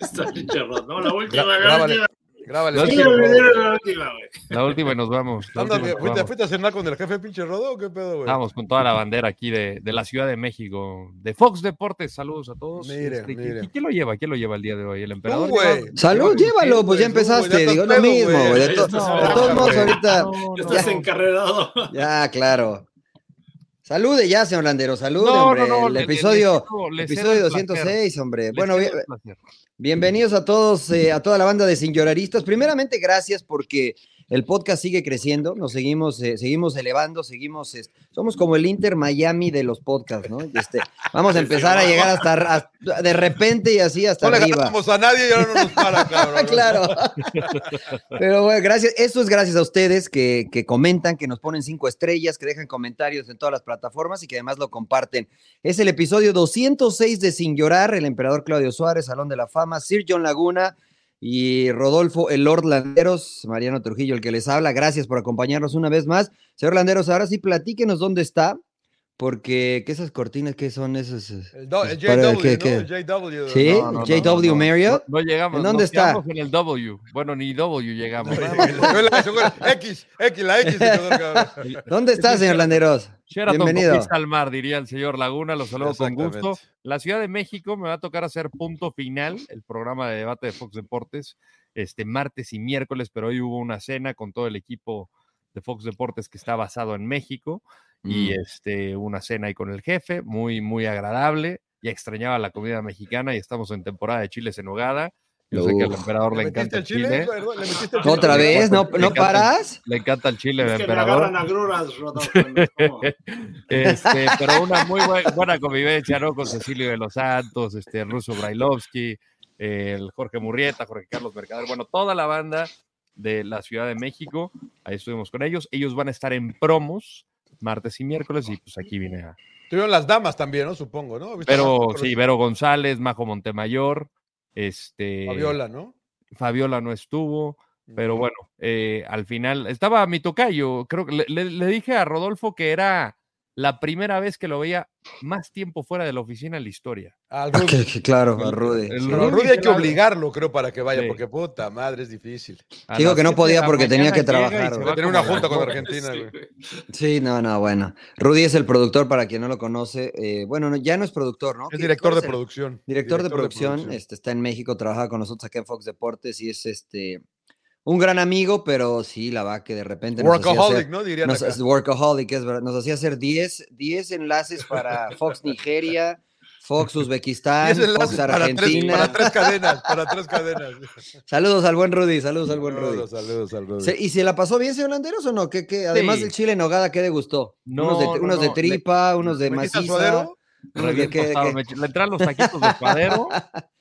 Está pinche No, la última, Gra- la grábale. última. Grábale. La sí, última, por favor. la última, güey. La última y nos vamos. la Ándale, última y nos ¿fuiste, vamos. fuiste a cenar con el jefe pinche Rodo o qué pedo, güey? Vamos con toda la bandera aquí de, de la Ciudad de México, de Fox Deportes. Saludos a todos. Este, Mire, ¿qui- mire. qui- ¿Quién lo lleva? ¿Quién lo lleva el día de hoy? ¿El Tú, emperador? güey. Salud, Sí, llévalo, pues ya güey, tú, empezaste. güey, ya digo lo estás pedo, mismo, güey. güey. De, Ya to- estás de pedo, todos modos, güey. ahorita. Ah, No, no, Estás no. encarrerado. Ya, claro. Salude ya, señor Landero, salude, hombre. el le- le- le episodio, cedo- le cedo episodio el placer, 206, hombre. le Bueno, cedo bien- el placer. Bienvenidos a todos, eh, a toda la banda de Sin Lloraristas. Primeramente, gracias porque el podcast sigue creciendo, nos seguimos, eh, seguimos elevando, seguimos, es- somos como el Inter Miami de los podcasts, ¿no? Este, vamos a empezar a llegar hasta, hasta- de repente y así hasta No le arriba. ganamos a nadie y ahora no nos para, cabrón. Ah, claro. Pero bueno, gracias. Eso es gracias a ustedes que, que comentan, que nos ponen cinco estrellas, que dejan comentarios en todas las plataformas y que además lo comparten. Es el episodio 206 de Sin Llorar, el emperador Claudio Suárez, Salón de la Fama, Sir John Laguna y Rodolfo, el Lord Landeros, Mariano Trujillo, el que les habla. Gracias por acompañarnos una vez más. Señor Landeros, ahora sí platíquenos dónde está. Porque, ¿qué esas cortinas? ¿Qué son esas? El, do- el Para, JW, ¿qué- ¿no? qué? El JW. Sí, No, no, no, JW no, no. Marriott. No, no llegamos. ¿En nos dónde está? quedamos En el W. Bueno, ni W llegamos. X, X, la X. señor, cabrón. ¿Dónde está, señor Landeros? Sheraton Bienvenido. con vista al mar, diría el señor Laguna. Los saludo con Exactamente. gusto. La Ciudad de México me va a tocar hacer punto final, el programa de debate de Fox Deportes, este martes y miércoles, pero hoy hubo una cena con todo el equipo de Fox Deportes que está basado en México y este una cena ahí con el jefe, muy muy agradable. Ya extrañaba la comida mexicana y estamos en temporada de chiles en hogada. Yo sé que al Uf. emperador le, ¿Le encanta metiste el el chile. chile? güey? ¿Le metiste el chile? ¿Otra vez? ¿No, Me no encanta. paras? Le encanta el chile, al Es que me emperador. agarran agruras, Rodolfo. ¿no? ¿Cómo? Este, pero una muy buena, buena convivencia, ¿no? Con Cecilio de los Santos, este, el ruso Brailovsky, el Jorge Murrieta, Jorge Carlos Mercader, bueno, toda la banda de la Ciudad de México, ahí estuvimos con ellos. Ellos van a estar en promos martes y miércoles y pues aquí vine a... Tuvieron las damas también, ¿no? Supongo, ¿no? ¿Viste a Pero Marco sí, Vero González, Majo Montemayor, este... Fabiola, ¿no? Fabiola no estuvo, pero bueno, eh, al final estaba mi tocayo. Creo que le, le- le dije a Rodolfo que era la primera vez que lo veía más tiempo fuera de la oficina en la historia. Al Ah, Rudy. que- que claro, a Rudy. El Pero al Rudy hay que claro. obligarlo, creo, para que vaya, Sí. porque puta madre, es difícil. A Digo las que no siete de podía la porque tenía mañana que llega y trabajar, se güey. va Tenía como una a las junta con dos. Argentina, Sí, güey. Sí, no, no, bueno. Rudy es el productor, para quien no lo conoce. eh, bueno, no, ya no es productor, ¿no? Es director de ¿Cómo es producción. el- Director de producción, este, está en México, trabaja con nosotros acá en Fox Deportes y es este un gran amigo, pero sí, la va que de repente nos hacía Workaholic, hacer- ¿no? Dirían nos- acá. es workaholic, es verdad. Nos hacía hacer 10, 10 enlaces para Fox Nigeria, Fox Uzbekistán, Diez enlaces Fox para tres, Argentina. para tres cadenas, para tres cadenas. Saludos al buen Rudy, saludos al buen Rudy. Saludos, saludos al Rudy. Se- ¿Y se la pasó bien, señor Landeros, o no? ¿Qué, qué? Además Sí. del chile en hogada, ¿qué le gustó? No, unos de, no, unos de no, le- tripa, unos de ¿Metiste a maciza. suadero? unos Re de bien qué- tostado, qué- me- Le entraron los taquitos de suadero,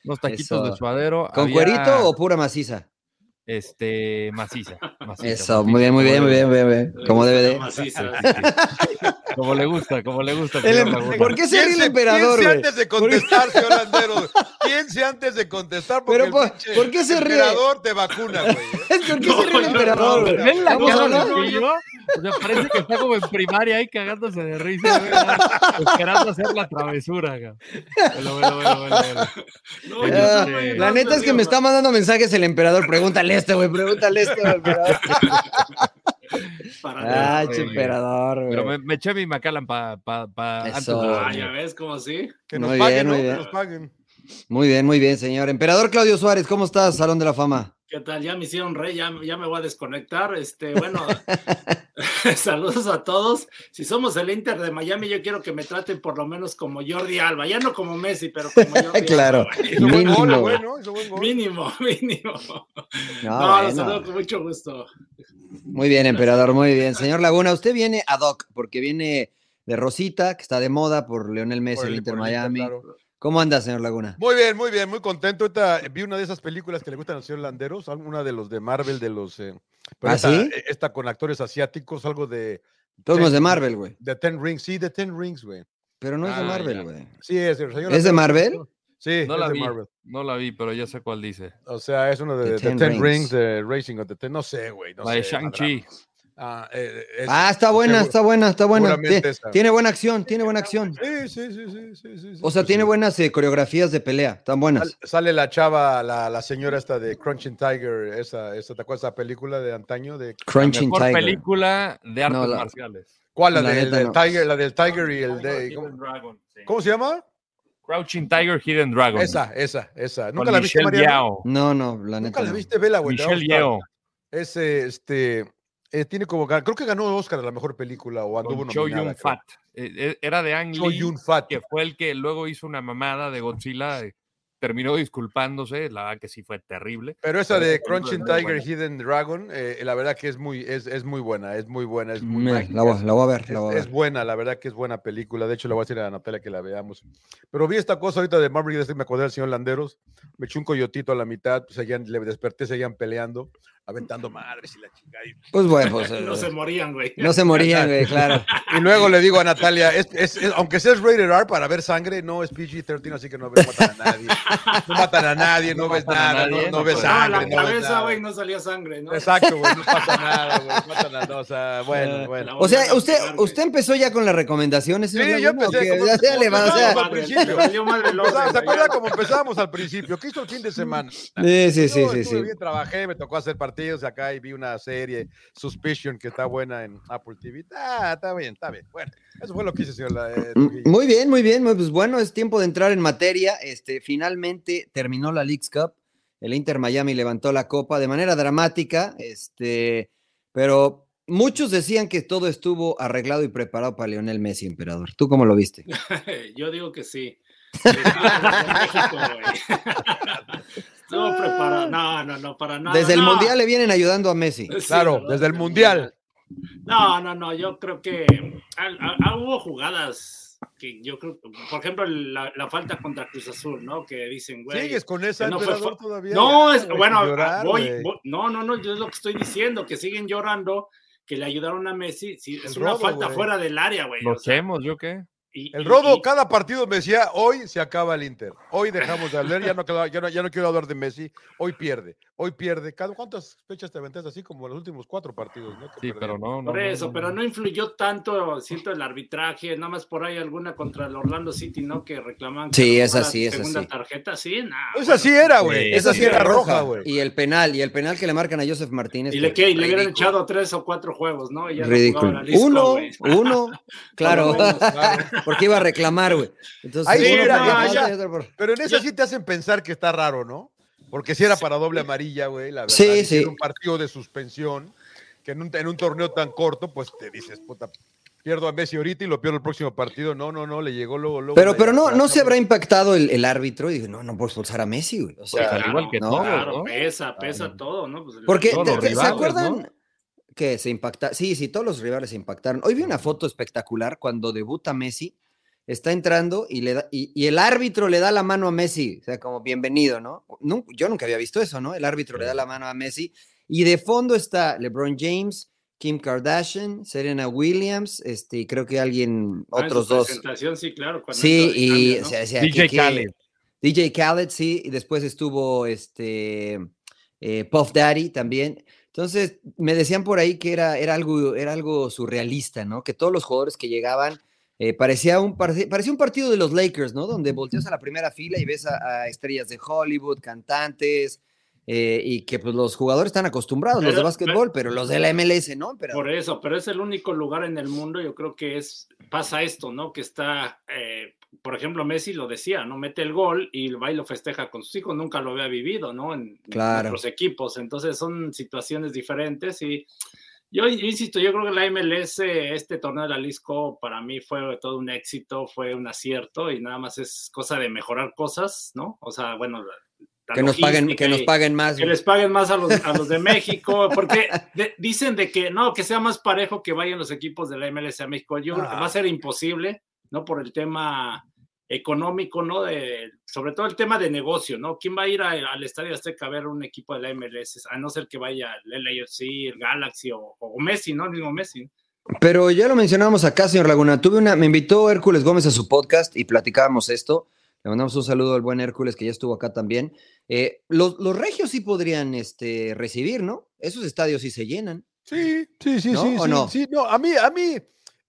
los taquitos Eso. de suadero. ¿Con había, cuerito o pura maciza? Este, maciza. maciza, maciza, Eso, muy bien, muy como bien, muy le- bien, muy bien. güey. Como debe Está de. maciza. Como le gusta, como le gusta. El señor em- Laguna. ¿Por qué se ríe el Piense- emperador, Piense güey? antes de contestar, señor Landero. Piense antes de contestar. Porque Pero el por- pinche ¿por qué se ríe? emperador te vacuna, güey. ¿eh? ¿Por qué se ríe el No, no, emperador, no, güey? ¿Ven la ¿Vamos a cara hablar? de que yo? O sea, parece que está como en primaria ahí cagándose de risa, güey, esperando hacer la travesura, güey. Velo, velo, velo, velo, velo. No, Oye, yo Ah, soy muy La neta es que me está mandando mensajes el emperador. Pregúntale este, güey. Pregúntale este, güey. emperador. Para nada, Ay, güey. che, emperador, Pero me, güey. me eché mi Macallan para pa, pa, Eso. antes de Ah, dormir. ya ves, como sí. Que nos Muy paguen, ¿no? bien, muy Que bien. nos paguen. Muy bien, muy bien, señor. Emperador Claudio Suárez, ¿cómo estás, Salón de la Fama? ¿Qué tal? Ya me hicieron rey, ya, ya me voy a desconectar. Este, bueno, saludos a todos. Si somos el Inter de Miami, yo quiero que me traten por lo menos como Jordi Alba, ya no como Messi, pero como Jordi Alba, Claro. güey. Hizo buen gol, Mínimo. güey, ¿no? Hizo buen gol. Mínimo, mínimo. No, No, los Ah, bueno. saludo con mucho gusto. Muy bien, emperador, muy bien. Señor Laguna, usted viene ad hoc, porque viene de Rosita, que está de moda por Leonel Messi, Por el, el- Inter por el Inter, Miami. claro. ¿Cómo anda, señor Laguna? Muy bien, muy bien, muy contento. Ahorita vi una de esas películas que le gustan al señor Landeros, al- una de los de Marvel, de los. eh, pero ¿Ah, esta, sí? eh, esta con actores asiáticos, algo de. Todos Sí. los de Marvel, güey. The Ten Rings, sí, The Ten Rings, güey. Pero no es de Ah, Marvel, ya. güey. Sí, es, el señor ¿Es de Landeros- Marvel? Sí, No es la de vi. Marvel. No la vi, pero ya sé cuál dice. O sea, es uno de The The, Ten Ten Rings. Rings, de Racing of the Ten. No sé, güey. No la sé, de Shang-Chi. Ah, eh, Ah, esa. está buena, Seguro- está buena, está buena. seguramente Tie- esa. Tiene buena acción, tiene buena acción. Sí, sí, sí, sí, sí, sí, sí, O sea, pues tiene sí. buenas eh, coreografías de pelea, están buenas. Sal- Sale la chava, la, la señora esta de Crunching Tiger, esa, esa, ¿te acuerdas de esa película de antaño? De, Crunching Mejor Tiger. película de artes No, la- marciales. ¿Cuál? La, La del, neta, del no. Tiger, la del Tiger y el de... ¿Cómo, Dragon, sí. cómo se llama? Crouching Tiger, Hidden Dragon. Esa, esa, esa. Con ¿Nunca la viste, Michelle María? Yeoh. No, no, la neta. ¿Nunca la no. viste, Vela, güey? te va a Michelle gustar. Yeoh, Ese, este, eh, tiene como, gan- creo que ganó Oscar a la mejor película o anduvo con Cho nominada. Yun Fat. Eh, eh, Era de Ang Cho Lee, Yun Fat. que fue el que luego hizo una mamada de Godzilla. eh, Terminó disculpándose, la verdad que sí fue terrible. Pero esa de Esa película Crunching es muy Tiger, buena. Hidden Dragon, eh, la verdad que es muy, es, es muy buena, es muy buena, es muy Me- mágica, la, voy, es- la voy a ver, Es, la voy a es ver. buena, la verdad que es buena película. De hecho, le voy a decir a Natalia que la veamos. Pero vi esta cosa ahorita de Maverick, desde que me acordé del señor Landeros. Me eché un coyotito a la mitad, pues seguían, le desperté, seguían peleando, aventando madres y la chingada. Y, Pues bueno, pues, eh, No se morían, güey. no se morían, güey, claro. y luego le digo a Natalia, es- es- es- aunque seas rated R para ver sangre, no es PG-13, así que no ves- matan a nadie. No matan a nadie, no, No ves matan nada, a nadie, no, no no ves pasa Daba sangre. la no ves cabeza, nada. güey, no salía sangre, ¿no? Exacto, güey, no pasa nada, güey. no pasa nada, o sea, Ah. bueno, bueno. O sea, usted, usted empezó ya con las recomendaciones. señor Sí, yo Laguna, ¿o empecé, qué? ¿cómo- Ya se le va, o sea, cómo- al principio. Empezamos, ¿Se acuerda principio. cómo empezamos al principio? ¿Qué hizo el fin de semana? Sí, sí, sí, Yo sí, estuve sí. bien, trabajé, me tocó hacer partidos acá y vi una serie, Suspicion, que está buena en Apple TV. Ah, está bien, está bien. Bueno, eso fue lo que hice, señor. la- eh, Mm, Trujillo. Muy bien, muy bien. muy- Pues bueno, es tiempo de entrar en materia. Este, finalmente terminó la Leagues Cup. El Inter Miami levantó la copa de manera dramática. Este, pero muchos decían que todo estuvo arreglado y preparado para Lionel Messi, emperador. ¿Tú cómo lo viste? Yo digo que sí. México, güey. Estuvo preparado. No, no, no, para nada. Ah. Desde el no. mundial le vienen ayudando a Messi. Sí, Claro, ¿verdad? desde el Mundial. No, no, no, yo creo que al- a- a- hubo jugadas que yo creo, por ejemplo, la, la falta contra Cruz Azul, ¿no? Que dicen, güey. ¿Sigues con esa que no fue emperador fa- todavía? No, Ya, es, güey, bueno, sin llorar, voy, güey. voy- no, no, no, yo es lo que estoy diciendo, que siguen llorando, que le ayudaron a Messi, sí, es El una robo, falta güey. fuera del área, güey. o Lo sea, hacemos, ¿yo qué? y- El y- robo, y- cada partido me decía, hoy se acaba el Inter. Hoy dejamos de hablar, ya no, quiero- ya no, ya no quiero hablar de Messi. Hoy pierde, hoy pierde. Cada- ¿Cuántas fechas te aventaste así como los últimos cuatro partidos? ¿no? que Sí, perdieron? pero no. no, Por no, eso, no, pero no. no influyó tanto, siento, el arbitraje, nada más por ahí alguna contra el Orlando City, ¿no? Que reclaman. Sí, que es la así, es segunda así. tarjeta, sí, nada. Esa sí era, Sí, güey. Esa sí era roja, güey. Y el penal, y el penal que le marcan a Joseph Martínez. Y le, que, y le hubieran Ridículo. echado tres o cuatro juegos, ¿no? Y ya no Ridículo. jugaba la Lisco, uno, güey. uno, claro, Por lo menos, porque iba a reclamar, güey. Entonces, Ahí uno sí por era, la ya, falta ya. y otro por- Pero en esa sí te hacen pensar que está raro, ¿no? Porque si era para doble amarilla, güey, la verdad. Sí, y sí. Era un partido de suspensión, que en un, en un torneo tan corto, pues te dices, puta, pierdo a Messi ahorita y lo pierdo el próximo partido. No, no, no, le llegó luego, luego. Pero, la- pero no, la- no se habrá impactado el, el árbitro y dijo, no, no puedo expulsar a Messi, güey. O sea, Claro, igual que no, todo, Claro, ¿no? pesa, pesa todo, ¿no? Pues, Ah, porque todos ¿te- los te- ¿se rivales, acuerdan que se impacta? Sí, sí, todos los rivales se impactaron. Hoy vi una foto espectacular cuando debuta Messi, está entrando y le da, y, y el árbitro le da la mano a Messi, o sea, como bienvenido, ¿no? Nun- yo nunca había visto eso, ¿no? El árbitro le da la mano a Messi y de fondo está LeBron James, Kim Kardashian, Serena Williams, este, y creo que alguien, ah, en otros su dos. presentación, sí, claro. cuando Sí, entra de y cambio, ¿no? o sea, decía, DJ ¿qué- qué? Khaled. DJ Khaled, sí, y después estuvo este eh, Puff Daddy también. Entonces, me decían por ahí que era, era, algo, era algo surrealista, ¿no? Que todos los jugadores que llegaban eh, parecía, un, parci- parecía un partido de los Lakers, ¿no? Donde volteas a la primera fila y ves a, a estrellas de Hollywood, cantantes, eh, y que pues los jugadores están acostumbrados, los de Pero- básquetbol, pero los de la MLS, ¿no? Pero, Por eso, pero es el único lugar en el mundo, yo creo que es, pasa esto, ¿no? Que está, eh, por ejemplo, Messi lo decía, ¿no? Mete el gol y va y lo festeja con sus hijos, nunca lo había vivido, ¿no? En, en Claro. otros equipos, entonces son situaciones diferentes y yo insisto, yo creo que la MLS, este torneo de la Lisco, para mí fue todo un éxito, fue un acierto y nada más es cosa de mejorar cosas, ¿no? O sea, bueno, la- la que nos paguen, logística que nos y- paguen más. que les paguen más a los, a los de México, porque de- dicen de que no, que sea más parejo que vayan los equipos de la MLS a México. Yo creo que Ah. va a ser imposible, ¿no? Por el tema económico, ¿no? De, sobre todo el tema de negocio, ¿no? ¿Quién va a ir a- al Estadio Azteca a ver un equipo de la MLS? A no ser que vaya el LAFC, el Galaxy o, o Messi, ¿no? El mismo Messi. Pero ya lo mencionábamos acá, señor Laguna. Tuve una, me invitó Hércules Gómez a su podcast y platicábamos esto. Le mandamos un saludo al buen Hércules que ya estuvo acá también. Eh, los, los regios sí podrían este, recibir, ¿no? Esos estadios sí se llenan. Sí, sí, sí, ¿No? sí, ¿O sí, no? sí, no, a mí, a mí,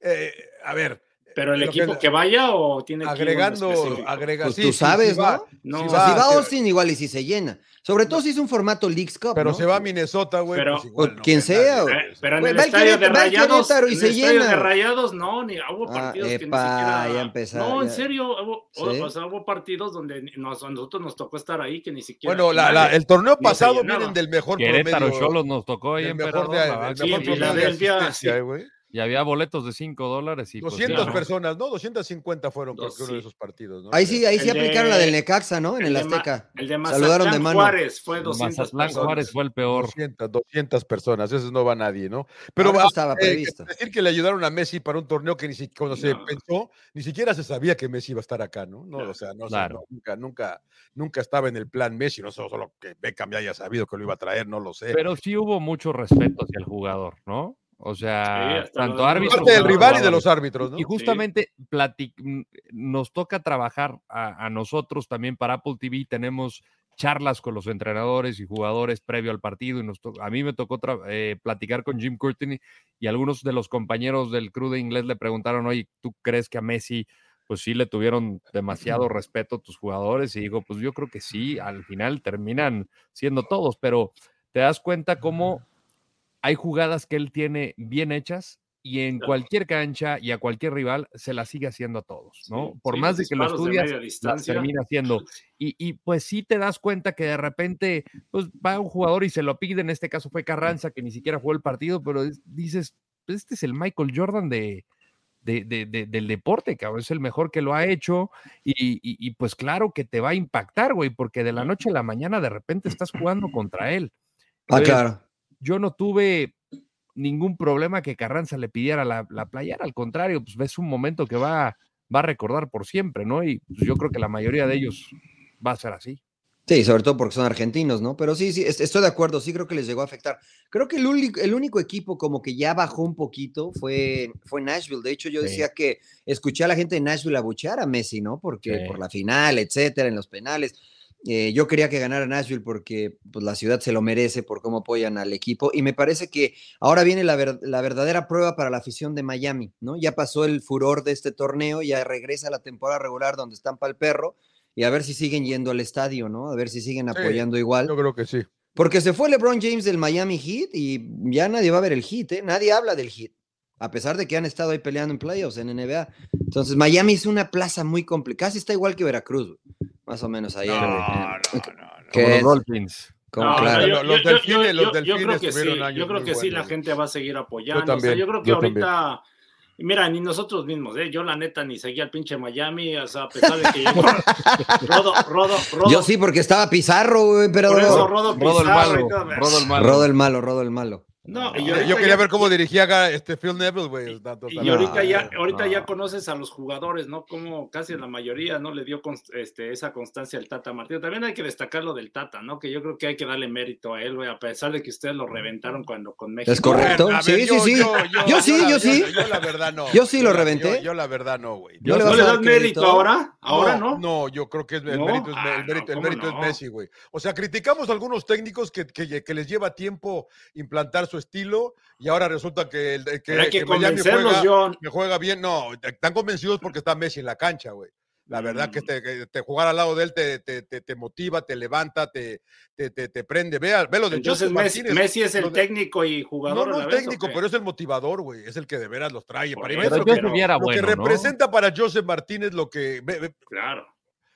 eh, a ver, Pero el Lo que- equipo que, vaya o tiene que ir uno agregando, específico? agregando, Pues tú sabes, No, O Sí sea, va, si va Austin, igual y si se llena. Sobre todo si es un formato Leagues Cup. Pero ¿no? se va a Minnesota, güey. Pero- pues igual O no, quien güey, sea, nadie, güey. güey. Pero en Pues, Güey, el va el estadio de Querétaro- va el Rayados, Querétaro y en el se estadio llena. de Rayados, no, ni hubo Ah, partidos que epa, ni siquiera. ya empezar, no, en ya. serio, hubo, o- Sí. o sea, hubo partidos donde ni- nos- a nosotros nos tocó estar ahí que ni siquiera. Bueno, la- la- nadie- el torneo se pasado llenaba. vienen del mejor Querétaro promedio. Cholos nos tocó ahí del en mejor de, Peralta, del Babax, sí, mejor y promedio de Filadelfia, asistencia, sí. eh, güey. Y había boletos de 5 dólares y pues, 200 ya, ¿no? personas, no, 250 fueron creo que uno de Sí. esos partidos, ¿no? Ahí sí, ahí sí El de- aplicaron la del Necaxa, ¿no? En el de Ma- Azteca. El de Saludaron de Mazatlán mano. Juárez fue El 200 Mazatlán personas. Juárez fue el peor. 200, 200 personas, eso no va nadie, ¿no? Pero Pero no ah, estaba eh, previsto. decir que le ayudaron a Messi para un torneo que ni si, cuando se No. pensó, ni siquiera se sabía que Messi iba a estar acá, ¿no? No, Claro. o sea, no, sé, Claro. no, nunca, nunca, nunca estaba en el plan Messi, no solo, solo que Beckham ya haya sabido que lo iba a traer, no lo sé. Pero sí hubo mucho respeto hacia el jugador, ¿no? O sea, Sí, hasta tanto lo- árbitro. Parte del como rival y de jugadores. los árbitros, ¿no? Y justamente platic- mm, nos toca trabajar a, a nosotros también para Apple TV. Tenemos charlas con los entrenadores y jugadores previo al partido. Y nos to- a mí me tocó tra- eh, platicar con Jim Curtin y algunos de los compañeros del crew de inglés le preguntaron, oye, ¿tú crees que a Messi, pues sí le tuvieron demasiado respeto a tus jugadores? Y digo, pues yo creo que sí, al final terminan siendo todos, pero te das cuenta cómo hay jugadas que él tiene bien hechas y en Claro. cualquier cancha y a cualquier rival se las sigue haciendo a todos, ¿no? Sí, Por sí, más de los que lo disparos de estudias, media las distancia. termina haciendo. Y, y, pues sí te das cuenta que de repente pues, va un jugador y se lo pide, en este caso fue Carranza, que ni siquiera jugó el partido, pero es- dices, "Pues, este es el Michael Jordan de, de- de- de- del deporte, cabrón, es el mejor que lo ha hecho y, y- y, pues claro que te va a impactar, güey, porque de la noche a la mañana de repente estás jugando contra él. Ah, Entonces, claro. Yo no tuve ningún problema que Carranza le pidiera la, la playera, al contrario, pues ves un momento que va, va a recordar por siempre, ¿no? Y pues, yo creo que la mayoría de ellos va a ser así. Sí, sobre todo porque son argentinos, ¿no? Pero sí, sí, es- estoy de acuerdo, sí creo que les llegó a afectar. Creo que el, uli- el único equipo como que ya bajó un poquito fue, fue Nashville. De hecho, yo Sí. decía que escuché a la gente de Nashville abuchear a Messi, ¿no? Porque Sí. por la final, etcétera, en los penales. Eh, yo quería que ganara Nashville porque pues, la ciudad se lo merece por cómo apoyan al equipo. Y me parece que ahora viene la, ver- la verdadera prueba para la afición de Miami, ¿no? Ya pasó el furor de este torneo, ya regresa la temporada regular donde están para el perro y a ver si siguen yendo al estadio, ¿no? A ver si siguen apoyando igual. Yo creo que sí. Porque se fue LeBron James del Miami Heat y ya nadie va a ver el Heat, ¿eh? Nadie habla del Heat, a pesar de que han estado ahí peleando en playoffs en NBA. Entonces, Miami es una plaza muy complicada, casi está igual que Veracruz, güey. más o menos ahí. en el- en- ¿Qué Como los es? Dolphins. como- No, claro. yo- Los yo- delfines- yo- los yo- Yo creo delfines que sí, tuvieron años yo creo muy que sí, la buenos. gente va a seguir apoyando. Yo O sea, también, yo creo que yo ahorita, también. mira, ni nosotros mismos, ¿eh? yo la neta ni seguía al pinche Miami, o sea, a pesar de que llegó Rodo, Rodo, Rodo. Yo sí, porque estaba Pizarro, güey, pero... por eso Rodo Rodo el Pizarro y malo. todo, ¿eh? Rodo el malo. Rodo el malo, Rodo el malo. No, y Yo, ahorita yo quería ya- ver cómo dirigía acá, este Phil Neville, güey. tanto- Y tanto- ahorita ya, no, ahorita no. ya conoces a los jugadores, ¿no? Como casi la mayoría, ¿no? Le dio const- este, esa constancia al Tata Martino. También hay que destacar lo del Tata, ¿no? Que yo creo que hay que darle mérito a él, güey, a pesar de que ustedes lo reventaron cuando con México. Es correcto. A Sí, sí, sí. Yo sí, la- yo sí. Yo, la verdad no. Yo sí lo la- reventé. Yo, yo la verdad no, güey. ¿No Yo le le, vas a dar das mérito crédito? ahora? ¿Ahora no? No, yo creo que es- el ¿No? mérito es, Ah, el mérito, no, el ¿cómo mérito no? es Messi, güey. O sea, criticamos a algunos técnicos que, que- que les lleva tiempo implantar su estilo y ahora resulta que, el- que, Pero hay que, que Miami convencerlos, juega, John. que juega bien. No, están convencidos porque está Messi en la cancha, güey. La verdad Mm. que, te, que te jugar al lado de él te, te, te- te motiva, te levanta, te, te, te- te prende. Ve, a- ve lo de Entonces Joseph Messi, Martínez. Messi es lo el de- técnico y No, jugador a no la el vez, ¿o técnico, qué? pero es el motivador, güey. Es el que de veras los trae. Por Para mí eso, es lo Pero que, yo hubiera lo que bueno, ¿no? representa para Joseph Martínez lo que ve- ve- Claro.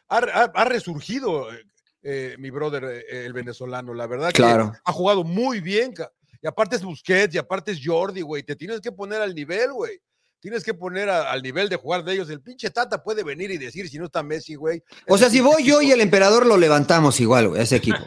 ha, ha- ha resurgido eh, eh, mi brother, eh, el venezolano. La verdad Claro. que ha jugado muy bien. ca- Y aparte es Busquets, y aparte es Jordi, güey. Te tienes que poner al nivel, güey. Tienes que poner a- al nivel de jugar de ellos. El pinche Tata puede venir y decir si no está Messi, güey. O sea, ese si voy yo y equipo- el emperador lo levantamos igual, güey, a ese equipo.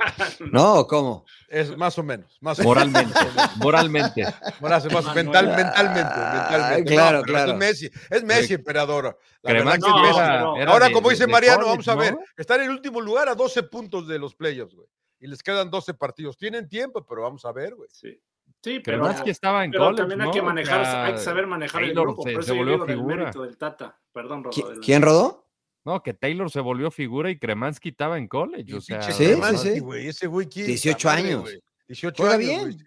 ¿No? ¿O ¿Cómo? Es más o menos. Más o menos. Moralmente, moralmente. Ahora se pasa Ah, mental, no. mentalmente, Ah, mentalmente. claro, pero claro. Eh, Es Messi, es Messi, emperador. La verdad Cremant que es no, Messi. pero- era Ahora, de- como de- dice de Mariano, college, vamos a ver, ¿no? están en el último lugar a 12 puntos de los playoffs, güey. Y les quedan 12 partidos. Tienen tiempo, pero vamos a ver, güey. Sí, sí Pero, pero, es que estaba en pero college, también hay ¿no? que O manejar, sea, hay que saber manejar el Taylor grupo. se- Por se eso yo volvió digo del figura. mérito del Tata. Perdón, Rodo, ¿Qui- del- ¿Quién rodó? No, que Taylor se volvió figura y Cremansky estaba en college. O sea, Pinche Sí, además- Cremant, sí, sí. güey, Ese güey quiere 18 madre, años. güey. 18 Juega años, bien. güey.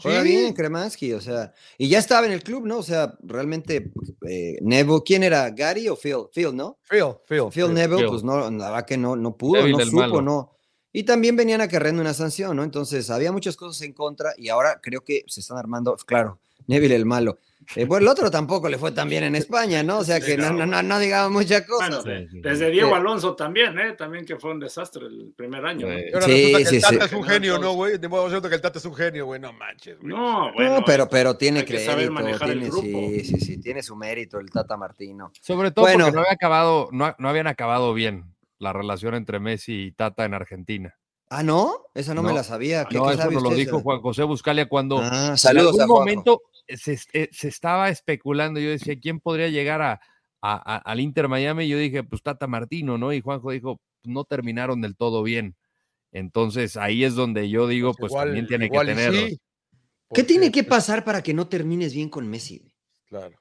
Juega bien Kremansky, o sea, y ya estaba en el club, ¿no? O sea, realmente eh, Nebo, ¿quién era? ¿Gary o Phil? Phil, ¿no? Phil, Phil. Phil Neville, Phil. pues no, la verdad que no, no pudo, Débil no del supo, malo. no. Y también venían acarreando una sanción, ¿no? Entonces había muchas cosas en contra y ahora creo que se están armando, claro, Neville el malo. Eh, bueno, el otro tampoco le fue tan bien en España, ¿no? O sea que no, no, no, no digamos muchas cosas. Bueno, Sí, sí, sí. Desde Diego Sí. Alonso también, ¿eh? También que fue un desastre el primer año. ¿no? Sí. Y ahora Sí, resulta que sí, el Tata sí. es un genio, ¿no, güey? De modo cierto que el Tata es un genio, güey. No manches, güey. No, bueno. No, pero, pero tiene hay que saber crédito, manejar el tiene, grupo. sí, sí, sí, tiene su mérito el Tata Martino. Sobre todo Bueno. porque no, había acabado, no, no habían acabado bien la relación entre Messi y Tata en Argentina. Ah, ¿no? Esa no, me No. la sabía. ¿Qué- No, qué eso sabe nos lo usted, dijo señor? Juan José Buscalia cuando Ah, saludos en a algún Juanjo. momento se, es- eh, se estaba especulando. Yo decía, ¿quién podría llegar a, a- a- al Inter Miami? Y Yo dije, pues Tata Martino, ¿no? Y Juanjo dijo, pues, no terminaron del todo bien. Entonces ahí es donde yo digo, pues Igual- también tiene que igual y tener. sí, ¿Qué porque, tiene que pues, pasar para que no termines bien con Messi? güey? Claro.